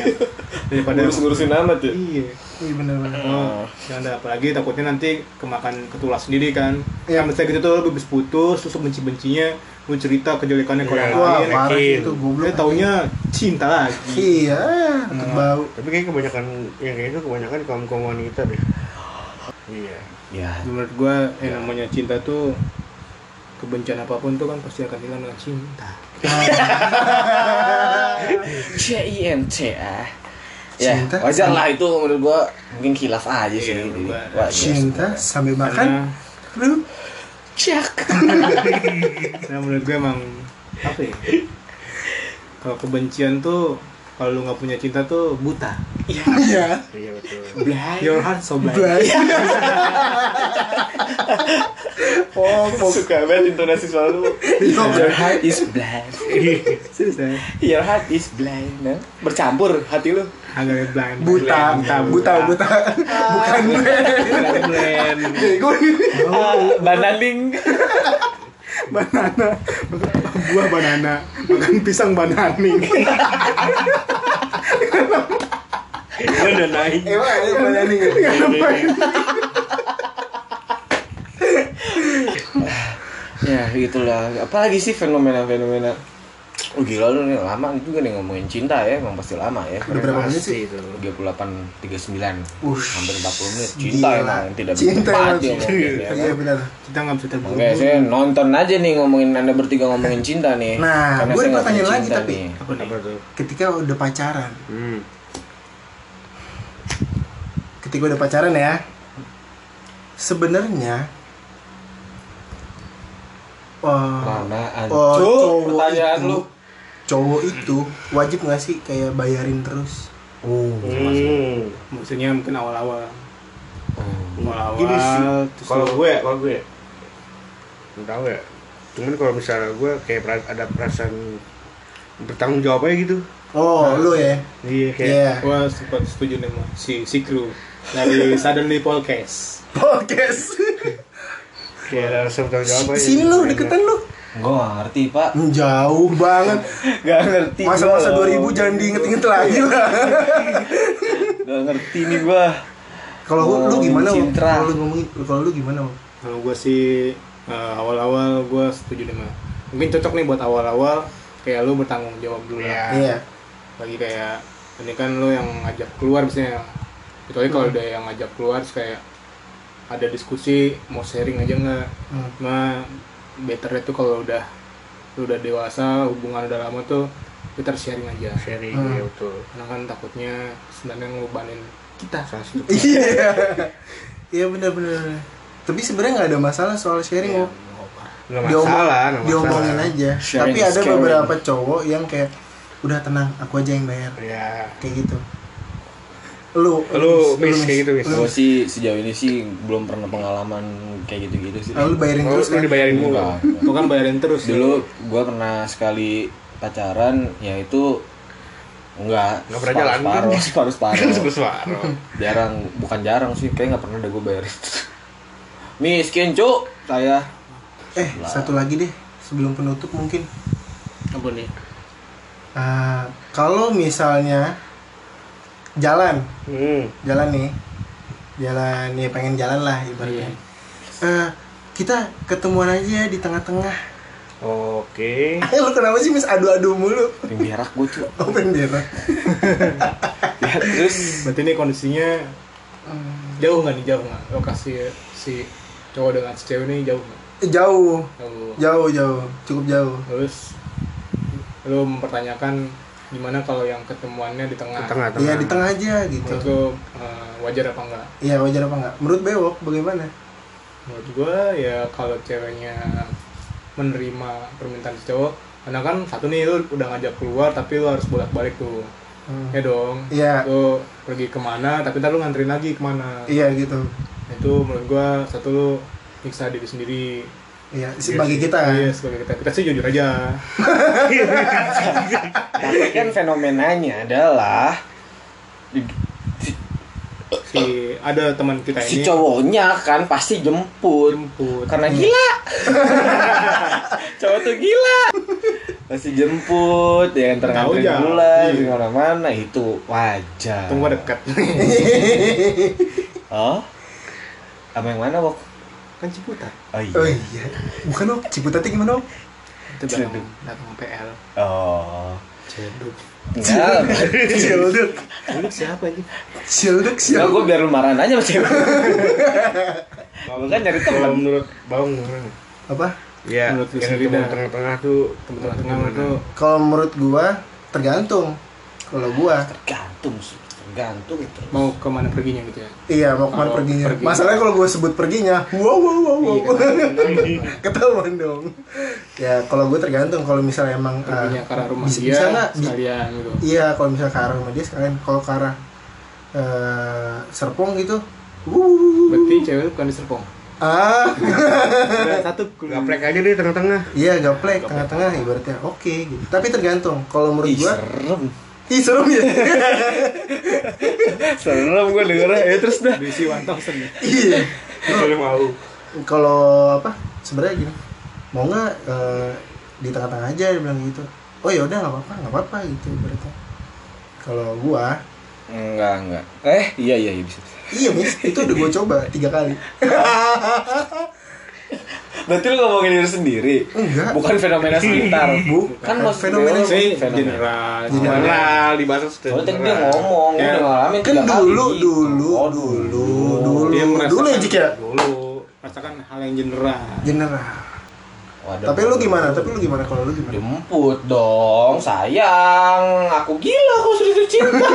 [SPEAKER 1] daripada
[SPEAKER 3] Ngurus-ngurusin amat ya
[SPEAKER 1] iya
[SPEAKER 2] iya bener-bener
[SPEAKER 1] oh, jangan ada apalagi takutnya nanti kemakan ketulas sendiri kan
[SPEAKER 2] Iya.
[SPEAKER 1] ya misalnya gitu tuh lu habis putus terus benci bencinya lu cerita kejelekannya ke orang
[SPEAKER 4] Iya.
[SPEAKER 2] Wah,
[SPEAKER 1] lain
[SPEAKER 2] parah
[SPEAKER 4] yakin.
[SPEAKER 2] sih itu
[SPEAKER 1] Dia
[SPEAKER 2] goblok.
[SPEAKER 1] taunya cinta lagi
[SPEAKER 2] Iya, deket
[SPEAKER 3] Hmm.
[SPEAKER 2] bau.
[SPEAKER 4] Tapi kayak kebanyakan yang kayak itu kebanyakan kaum kaum wanita deh. Iya.
[SPEAKER 3] Ya
[SPEAKER 1] menurut gue yang namanya cinta tuh kebencian apapun tuh kan pasti akan hilang dengan cinta
[SPEAKER 3] Iya, C-I-N-C ah Ya,
[SPEAKER 2] Cinta.
[SPEAKER 3] wajar lah itu menurut gua mungkin khilaf aja sih.
[SPEAKER 1] Iya,
[SPEAKER 3] gitu. Jadi,
[SPEAKER 1] menurut gua.
[SPEAKER 3] wajar.
[SPEAKER 2] Cinta sambil
[SPEAKER 1] karena
[SPEAKER 2] makan, lu
[SPEAKER 5] Cak.
[SPEAKER 1] karena Nah, menurut gue emang apa ya kalau kebencian tuh kalau lu nggak punya cinta tuh buta
[SPEAKER 2] ya,
[SPEAKER 4] Iya betul.
[SPEAKER 1] your heart so blind
[SPEAKER 2] baik. Oh,
[SPEAKER 3] Suka banget intonasi suara lu. Your
[SPEAKER 2] Iya.
[SPEAKER 3] heart is blind.
[SPEAKER 1] serius ya
[SPEAKER 3] Your heart is blind. Nah, bercampur hati lu.
[SPEAKER 1] agak blind
[SPEAKER 3] Iya,
[SPEAKER 2] buta, buta, buta, bukan gue.
[SPEAKER 1] blind
[SPEAKER 2] Bego nih.
[SPEAKER 3] Ah, Banaling.
[SPEAKER 1] banana buah banana makan pisang banani
[SPEAKER 4] Gue udah naik.
[SPEAKER 2] Emang ada yang Iya. berani
[SPEAKER 3] Iya,
[SPEAKER 2] nggak?
[SPEAKER 3] ya gitulah. Apalagi sih fenomena-fenomena. Oh gila lu nih lama juga nih ngomongin cinta ya, emang pasti lama ya.
[SPEAKER 2] Udah berapa menit sih?
[SPEAKER 4] Pasti itu.
[SPEAKER 3] 38 39
[SPEAKER 2] Ush.
[SPEAKER 3] hampir 40 menit cinta
[SPEAKER 2] Gila.
[SPEAKER 3] emang tidak
[SPEAKER 2] Cinta
[SPEAKER 3] bertempat
[SPEAKER 2] emang.
[SPEAKER 3] dia ngomongin, ya kan?
[SPEAKER 2] Iya benar.
[SPEAKER 1] kita nggak bisa terburu
[SPEAKER 3] Oke, saya nonton aja nih ngomongin Anda bertiga ngomongin cinta nih.
[SPEAKER 2] Nah, gua
[SPEAKER 3] Karena saya
[SPEAKER 2] ada
[SPEAKER 3] nggak punya
[SPEAKER 2] pertanyaan
[SPEAKER 3] cinta
[SPEAKER 2] lagi tapi.
[SPEAKER 3] nih.
[SPEAKER 1] apa nih
[SPEAKER 4] Apa tuh?
[SPEAKER 2] Ketika udah pacaran,
[SPEAKER 4] Hmm.
[SPEAKER 2] ketika udah pacaran ya, sebenarnya Wah,
[SPEAKER 3] Lamaan.
[SPEAKER 2] Oh,
[SPEAKER 3] Cuk,
[SPEAKER 2] cowok
[SPEAKER 3] pertanyaan
[SPEAKER 2] itu.
[SPEAKER 3] lu.
[SPEAKER 2] cowok itu wajib nggak sih kayak bayarin terus?
[SPEAKER 3] Uh,
[SPEAKER 4] Hmm.
[SPEAKER 1] maksudnya mungkin awal-awal awal-awal
[SPEAKER 4] Gini sih,
[SPEAKER 1] terus
[SPEAKER 4] kalau
[SPEAKER 1] lu-
[SPEAKER 4] gue, ya, kalau gue, nggak tahu ya. Cuman kalau misalnya gue kayak pera- ada perasaan bertanggung jawab aja gitu.
[SPEAKER 2] Oh,
[SPEAKER 3] Nah,
[SPEAKER 2] lu ya?
[SPEAKER 4] Iya kayak
[SPEAKER 2] Iya.
[SPEAKER 1] gue sempat setuju nih sama si si kru dari suddenly podcast
[SPEAKER 3] Oh,
[SPEAKER 2] Podcast.
[SPEAKER 4] kayak ada rasa bertanggung jawab aja. gitu.
[SPEAKER 2] Sini lu, kan? deketan lu.
[SPEAKER 3] Gua nggak ngerti, Pak.
[SPEAKER 2] Hmm, Jauh banget.
[SPEAKER 3] Gak ngerti.
[SPEAKER 2] Masa-masa
[SPEAKER 3] gua.
[SPEAKER 2] 2000 jangan diinget-inget lagi lah.
[SPEAKER 3] Gak ngerti nih gua.
[SPEAKER 2] Kalau lu
[SPEAKER 3] Ngomongin
[SPEAKER 2] gimana? Om?
[SPEAKER 3] Cintra.
[SPEAKER 2] Kalau lu ngomongin, kalau lu gimana? Om?
[SPEAKER 1] kalau gue sih eh, awal-awal gue setuju sama mungkin cocok nih buat awal-awal kayak lu bertanggung jawab dulu
[SPEAKER 3] Nah.
[SPEAKER 1] lah
[SPEAKER 4] Iya.
[SPEAKER 2] Iya.
[SPEAKER 1] lagi kayak ini kan lu yang ngajak keluar misalnya kecuali kalau udah yang ngajak keluar terus kayak ada diskusi mau sharing aja nggak
[SPEAKER 2] Hmm.
[SPEAKER 1] Cuma betternya tuh kalau udah lu udah dewasa hubungan udah lama tuh better sharing aja
[SPEAKER 4] Sharing
[SPEAKER 2] Hmm.
[SPEAKER 4] ya betul.
[SPEAKER 1] karena kan takutnya sebenarnya ngelubanin kita
[SPEAKER 4] Salah satu.
[SPEAKER 2] Iya. Iya benar-benar. Tapi sebenarnya nggak ada masalah soal sharing. Om.
[SPEAKER 4] Iya, Nggak
[SPEAKER 2] Diomong-
[SPEAKER 4] masalah, nggak masalah.
[SPEAKER 2] diomongin aja.
[SPEAKER 3] Sharing
[SPEAKER 2] Tapi
[SPEAKER 3] is
[SPEAKER 2] ada
[SPEAKER 3] caring.
[SPEAKER 2] beberapa cowok yang kayak udah tenang, aku aja yang bayar.
[SPEAKER 4] Iya.
[SPEAKER 2] Kayak gitu. Lu,
[SPEAKER 4] Lu, Miss, kayak gitu, Miss.
[SPEAKER 2] Lu,
[SPEAKER 3] Gua sih sejauh ini sih belum pernah pengalaman kayak gitu-gitu sih.
[SPEAKER 2] Lalu bayarin
[SPEAKER 4] Kalau
[SPEAKER 2] terus
[SPEAKER 4] Oh, lu
[SPEAKER 2] kan?
[SPEAKER 4] dibayarin mulu.
[SPEAKER 3] Enggak.
[SPEAKER 1] lu kan bayarin terus
[SPEAKER 3] Dulu gua pernah sekali pacaran, yaitu enggak
[SPEAKER 4] Nggak pernah jalan, kan?
[SPEAKER 3] separuh separuh
[SPEAKER 4] Kan
[SPEAKER 3] separuh
[SPEAKER 4] sebelum suara.
[SPEAKER 2] Hmm.
[SPEAKER 3] jarang bukan jarang sih kayak nggak pernah ada gue bayarin miskin cuk saya
[SPEAKER 2] Eh, satu lagi deh sebelum penutup mungkin.
[SPEAKER 1] apa nih
[SPEAKER 2] Ah, kalau misalnya jalan,
[SPEAKER 4] Hmm.
[SPEAKER 2] jalan nih, jalan ya pengen jalan lah
[SPEAKER 4] Iya.
[SPEAKER 2] ibaratnya. Eh, kita ketemuan aja di tengah-tengah.
[SPEAKER 4] Oke.
[SPEAKER 2] Eh, lu kenapa sih Miss adu-adu mulu?
[SPEAKER 3] ping berak gue cuk
[SPEAKER 2] Oh, bendera.
[SPEAKER 3] ya, terus
[SPEAKER 1] berarti ini kondisinya
[SPEAKER 2] Hmm.
[SPEAKER 1] jauh nggak nih jauh nggak lokasi si cowok dengan si cewek ini jauh nggak
[SPEAKER 2] Eh, Jauh,
[SPEAKER 1] jauh
[SPEAKER 2] jauh, jauh, cukup jauh.
[SPEAKER 1] terus lu mempertanyakan gimana kalau yang ketemuannya di tengah,
[SPEAKER 4] Tengah, tengah.
[SPEAKER 2] Iya di tengah aja gitu.
[SPEAKER 1] menurut lu eh, wajar apa enggak
[SPEAKER 2] Iya wajar apa enggak? Menurut Bewok bagaimana?
[SPEAKER 1] menurut gua ya kalau ceweknya menerima permintaan si cowok karena kan satu nih lu udah ngajak keluar tapi lu harus bolak balik tuh
[SPEAKER 2] Hmm.
[SPEAKER 1] ya dong
[SPEAKER 2] Iya,
[SPEAKER 1] lu pergi kemana tapi ntar lu nganterin lagi kemana
[SPEAKER 2] iya gitu.
[SPEAKER 1] itu menurut gua satu lu nyiksa diri sendiri
[SPEAKER 2] Iya sebagai kita kan.
[SPEAKER 1] Iya, sebagai kita kita sih jujur aja
[SPEAKER 3] tapi kan fenomenanya adalah di-
[SPEAKER 1] si ada teman kita
[SPEAKER 3] si
[SPEAKER 1] ini
[SPEAKER 3] cowoknya kan pasti jemput
[SPEAKER 1] jemput Hmm.
[SPEAKER 3] karena gila cowok tuh gila pasti jemput ya ntar
[SPEAKER 1] Tahu
[SPEAKER 3] nganterin
[SPEAKER 1] aja.
[SPEAKER 3] bulan
[SPEAKER 1] Iya.
[SPEAKER 3] di mana mana itu wajar
[SPEAKER 1] tunggu dekat
[SPEAKER 3] oh sama yang mana wok
[SPEAKER 1] kan ciputat
[SPEAKER 3] oh
[SPEAKER 2] Oh
[SPEAKER 3] iya
[SPEAKER 2] iya. Bukan om, Ciputatnya gimana om?
[SPEAKER 1] itu belakang belakang PL
[SPEAKER 3] oh
[SPEAKER 1] ceduk
[SPEAKER 3] enggak
[SPEAKER 2] Cilduk,
[SPEAKER 1] ini siapa aja
[SPEAKER 2] cilduk,
[SPEAKER 3] Enggak,
[SPEAKER 2] cilduk.
[SPEAKER 3] gue biar lu marahan aja sama cewek Gue kan nyari temen
[SPEAKER 4] Kalau menurut Bang gimana?
[SPEAKER 2] Apa?
[SPEAKER 4] Ya,
[SPEAKER 1] Menurut lu
[SPEAKER 4] yang
[SPEAKER 1] sendiri
[SPEAKER 4] ketemu
[SPEAKER 1] dah.
[SPEAKER 4] tengah-tengah tuh
[SPEAKER 1] teman-teman tengah itu
[SPEAKER 2] Kalau menurut gua tergantung. Kalau gua,
[SPEAKER 3] Tergantung sih Tergantung terus
[SPEAKER 1] mau kemana perginya gitu ya
[SPEAKER 2] iya mau kemana
[SPEAKER 1] Kalau
[SPEAKER 2] perginya.
[SPEAKER 1] pergi.
[SPEAKER 2] Masalahnya kalau gua sebut perginya, wow wow wow wow.
[SPEAKER 1] Iya,
[SPEAKER 2] Ketahuan dong. Ya kalau gua tergantung kalau misalnya emang ah,
[SPEAKER 1] perginya ke arah rumah
[SPEAKER 2] bisa,
[SPEAKER 1] dia
[SPEAKER 2] bisa nggak di-
[SPEAKER 1] sekalian gitu
[SPEAKER 2] Iya, kalau misalnya ke arah rumah dia sekalian kalau ke arah eh, Serpong gitu. wuh.
[SPEAKER 1] berarti cewek lu bukan di Serpong
[SPEAKER 2] Ah,
[SPEAKER 1] Ada satu clue.
[SPEAKER 4] Gaplek aja deh tengah-tengah.
[SPEAKER 2] iya gaplek tengah-tengah ibaratnya. Oke, gitu. Tapi tergantung. Kalau menurut
[SPEAKER 3] Ih
[SPEAKER 2] gua,
[SPEAKER 3] serem
[SPEAKER 2] ih serem ya.
[SPEAKER 3] Serem gue dengernya Ya terus dah
[SPEAKER 1] diisi 1000 ya
[SPEAKER 2] Iya.
[SPEAKER 4] Kalau mau.
[SPEAKER 2] Kalau apa? Sebenarnya gini. Mau nggak eh, di tengah-tengah aja dia bilang gitu. Oh ya udah nggak apa-apa, nggak apa-apa gitu ibaratnya. Kalau gua,
[SPEAKER 3] Enggak enggak Eh iya iya iya bisa
[SPEAKER 2] iya mis, itu udah gua coba tiga kali.
[SPEAKER 3] Berarti lu ngomongin diri sendiri
[SPEAKER 2] Enggak.
[SPEAKER 3] Bukan fenomena sekitar
[SPEAKER 2] Bukan.
[SPEAKER 3] Kan maksud
[SPEAKER 2] Fenomena
[SPEAKER 3] gue
[SPEAKER 2] sih,
[SPEAKER 3] Fenomena
[SPEAKER 1] general
[SPEAKER 4] General dibahas
[SPEAKER 3] Soalnya tadi dia ngomong Gue
[SPEAKER 1] Ya.
[SPEAKER 3] udah ngalamin
[SPEAKER 2] Kan
[SPEAKER 3] tiga kali.
[SPEAKER 2] dulu, dulu,
[SPEAKER 3] Oh,
[SPEAKER 2] dulu, dulu,
[SPEAKER 1] Dia
[SPEAKER 2] dulu,
[SPEAKER 1] merasakan-
[SPEAKER 2] dulu ya Jik ya.
[SPEAKER 1] dulu rasakan hal yang general
[SPEAKER 2] General.
[SPEAKER 3] Waduh.
[SPEAKER 2] Tapi lu gimana? Tapi lu gimana kalau lu gimana?
[SPEAKER 3] Jemput dong, sayang. Aku gila, aku sudah tercinta.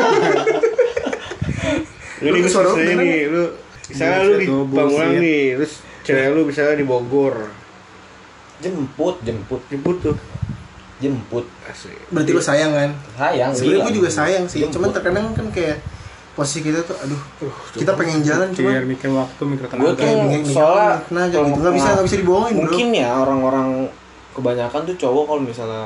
[SPEAKER 4] Lu
[SPEAKER 2] Lu kan?
[SPEAKER 4] nih
[SPEAKER 2] suara lu beneran
[SPEAKER 4] misalnya nih, lu misalnya
[SPEAKER 1] Buset,
[SPEAKER 4] lu di
[SPEAKER 1] lu buset.
[SPEAKER 4] Pamulang nih, terus cewek lu misalnya di Bogor.
[SPEAKER 3] jemput jemput
[SPEAKER 4] jemput tuh
[SPEAKER 3] jemput
[SPEAKER 4] asik
[SPEAKER 2] berarti lu sayang kan
[SPEAKER 3] sayang
[SPEAKER 2] sebenarnya
[SPEAKER 3] bilang.
[SPEAKER 2] gue juga sayang sih
[SPEAKER 3] Jemput.
[SPEAKER 2] cuman terkadang kan kayak posisi kita tuh aduh kita pengen jalan cuman
[SPEAKER 1] Biar mikir waktu, mikir
[SPEAKER 3] gue
[SPEAKER 1] tenaga.
[SPEAKER 3] tuh
[SPEAKER 2] Kayak minggu- minggu
[SPEAKER 3] soalnya
[SPEAKER 2] awal tenaga
[SPEAKER 3] kalau
[SPEAKER 2] gitu. Nggak bisa- nggak bisa dibohongin, bro.
[SPEAKER 3] mungkin ya orang-orang kebanyakan tuh cowok kalau misalnya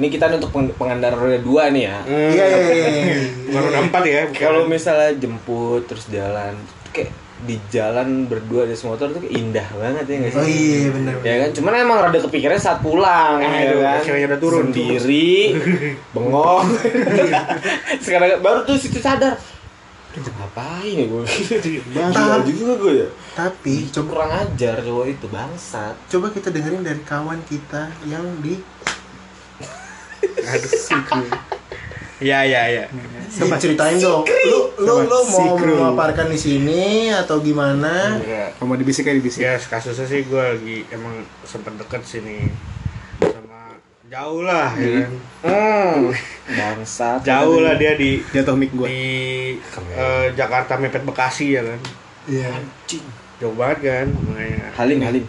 [SPEAKER 3] ini kita nih untuk peng- pengendara roda dua nih ya
[SPEAKER 2] iya iya iya iya.
[SPEAKER 4] Hmm. baru nampak ya bukan.
[SPEAKER 3] kalau misalnya jemput terus jalan tuh kayak di jalan berdua di motor tuh kayak indah banget ya nggak sih
[SPEAKER 2] oh iya bener Ah,
[SPEAKER 3] ya kan cuman emang rada kepikirannya saat pulang ya
[SPEAKER 4] Aduh,
[SPEAKER 3] kan
[SPEAKER 4] akhirnya udah turun.
[SPEAKER 3] sendiri bengong sekarang baru tuh situ sadar "Aduh, ngapain ya gue
[SPEAKER 2] Bangsa.
[SPEAKER 3] juga gue ya
[SPEAKER 2] tapi coba
[SPEAKER 3] kurang ajar cowok itu bangsat
[SPEAKER 2] coba kita dengerin dari kawan kita yang di
[SPEAKER 4] aduh sih ya ya ya
[SPEAKER 2] coba ceritain dong lu lu
[SPEAKER 1] Coba
[SPEAKER 2] lu mau
[SPEAKER 1] Sikri.
[SPEAKER 2] memaparkan di sini atau gimana
[SPEAKER 1] Kalau mau dibisik ya
[SPEAKER 2] Iya.
[SPEAKER 1] dibisik.
[SPEAKER 4] ya kasusnya sih gue lagi emang sempet deket sini sama jauh lah ya kan
[SPEAKER 3] hmm. bangsat
[SPEAKER 4] jauh lah dia di
[SPEAKER 1] Jatuh mic
[SPEAKER 2] Iya,
[SPEAKER 1] gue.
[SPEAKER 4] di eh, Jakarta mepet Bekasi ya kan
[SPEAKER 2] iya
[SPEAKER 4] jauh banget kan makanya
[SPEAKER 3] halim halim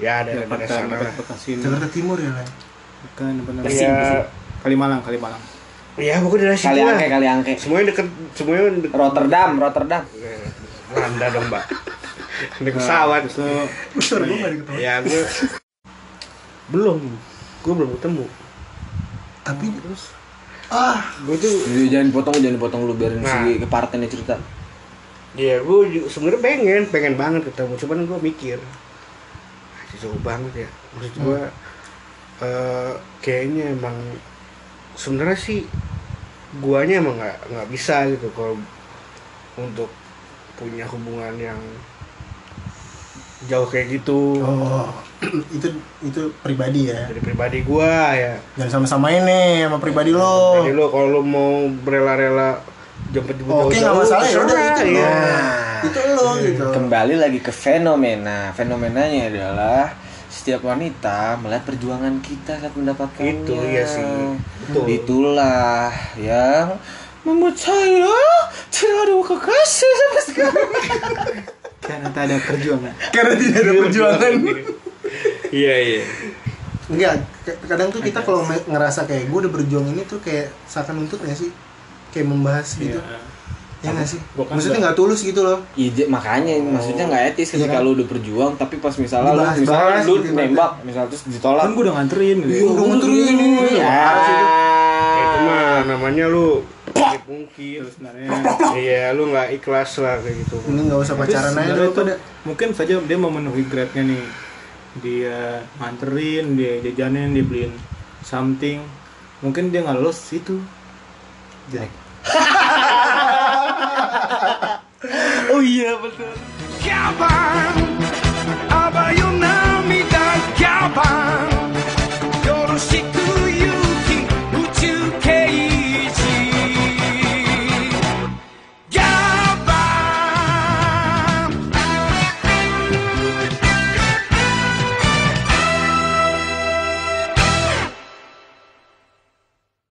[SPEAKER 4] ya ada ada
[SPEAKER 1] Jakarta,
[SPEAKER 4] sana
[SPEAKER 1] Jakarta,
[SPEAKER 4] lah
[SPEAKER 1] Bekasi.
[SPEAKER 2] Jakarta Timur ya Lan
[SPEAKER 1] Bukan, benar.
[SPEAKER 2] Iya.
[SPEAKER 3] Bekasi. Pesing, pesing.
[SPEAKER 4] ya
[SPEAKER 1] Kalimalang, Kalimalang.
[SPEAKER 4] ya pokoknya dari situ
[SPEAKER 3] kali
[SPEAKER 4] lah
[SPEAKER 3] angke kali angke
[SPEAKER 4] semuanya deket semuanya deket
[SPEAKER 3] Rotterdam Rotterdam
[SPEAKER 4] Eh, Belanda dong mbak naik
[SPEAKER 2] Iya.
[SPEAKER 4] pesawat
[SPEAKER 1] Terus lu
[SPEAKER 2] Bentar, gue gak diketahui
[SPEAKER 4] ya gue belum gue belum ketemu
[SPEAKER 2] tapi ah
[SPEAKER 4] gue tuh
[SPEAKER 3] Jadi Iya, jangan potong jangan potong lu biarin
[SPEAKER 4] Nah.
[SPEAKER 3] si keparten nih cerita
[SPEAKER 4] ya gue ju- sebenarnya pengen pengen banget ketemu cuman gue mikir "Ah, jauh banget ya maksud gue
[SPEAKER 2] Hmm.
[SPEAKER 4] eh, kayaknya emang sebenarnya sih guanya emang nggak nggak bisa gitu kalau untuk punya hubungan yang jauh kayak gitu
[SPEAKER 2] oh itu itu pribadi ya
[SPEAKER 4] dari pribadi gua ya
[SPEAKER 2] jangan sama-samain nih sama pribadi lo
[SPEAKER 4] Jadi lo kalau lo mau rela-rela jemput-jemput
[SPEAKER 2] oke nggak masalah ya udah itu lo
[SPEAKER 4] ya.
[SPEAKER 2] itu lo gitu
[SPEAKER 3] kembali lagi ke fenomena fenomenanya adalah setiap wanita melihat perjuangan kita saat mendapatkannya
[SPEAKER 4] Itu, iya sih. Betul.
[SPEAKER 3] itulah yang membuat saya tidak ada kekasih sampai sekarang
[SPEAKER 1] karena tak ada perjuangan.
[SPEAKER 2] karena tidak ada perjuangan
[SPEAKER 4] Iya iya.
[SPEAKER 2] enggak ke- kadang tuh kita kalau me- ngerasa kayak gue udah berjuang ini tuh kayak seakan nuntut nggak sih kayak membahas gitu ya nggak sih
[SPEAKER 1] Gua kan
[SPEAKER 2] maksudnya
[SPEAKER 1] udah-
[SPEAKER 2] nggak tulus gitu loh
[SPEAKER 3] Iya, Jack, makanya maksudnya nggak etis
[SPEAKER 2] Iya
[SPEAKER 3] ketika
[SPEAKER 2] kan?
[SPEAKER 3] lu udah berjuang tapi pas misalnya lu
[SPEAKER 2] Dibahas,
[SPEAKER 3] misalnya
[SPEAKER 2] bahas
[SPEAKER 3] lu
[SPEAKER 2] gitu,
[SPEAKER 3] nembak misalnya terus ditolak.
[SPEAKER 1] Kan gue udah nganterin
[SPEAKER 2] Iya,
[SPEAKER 1] gitu.
[SPEAKER 2] udah nganterin ini.
[SPEAKER 3] Ya.
[SPEAKER 2] Harus itu.
[SPEAKER 4] Itu mah namanya lu mungkin
[SPEAKER 1] Terus sebenarnya
[SPEAKER 4] Iya, lu nggak ikhlas lah kayak gitu.
[SPEAKER 2] ini nggak usah
[SPEAKER 1] Tapi
[SPEAKER 2] pacaran aja
[SPEAKER 1] sebenarnya
[SPEAKER 2] dulu
[SPEAKER 1] itu
[SPEAKER 2] pada
[SPEAKER 1] mungkin saja dia memenuhi grade-nya nih. Dia nganterin, dia jajanin, dia beliin something. Mungkin dia nggak lulus itu. Jelek.
[SPEAKER 3] Oh iya betul.
[SPEAKER 6] Cowboy,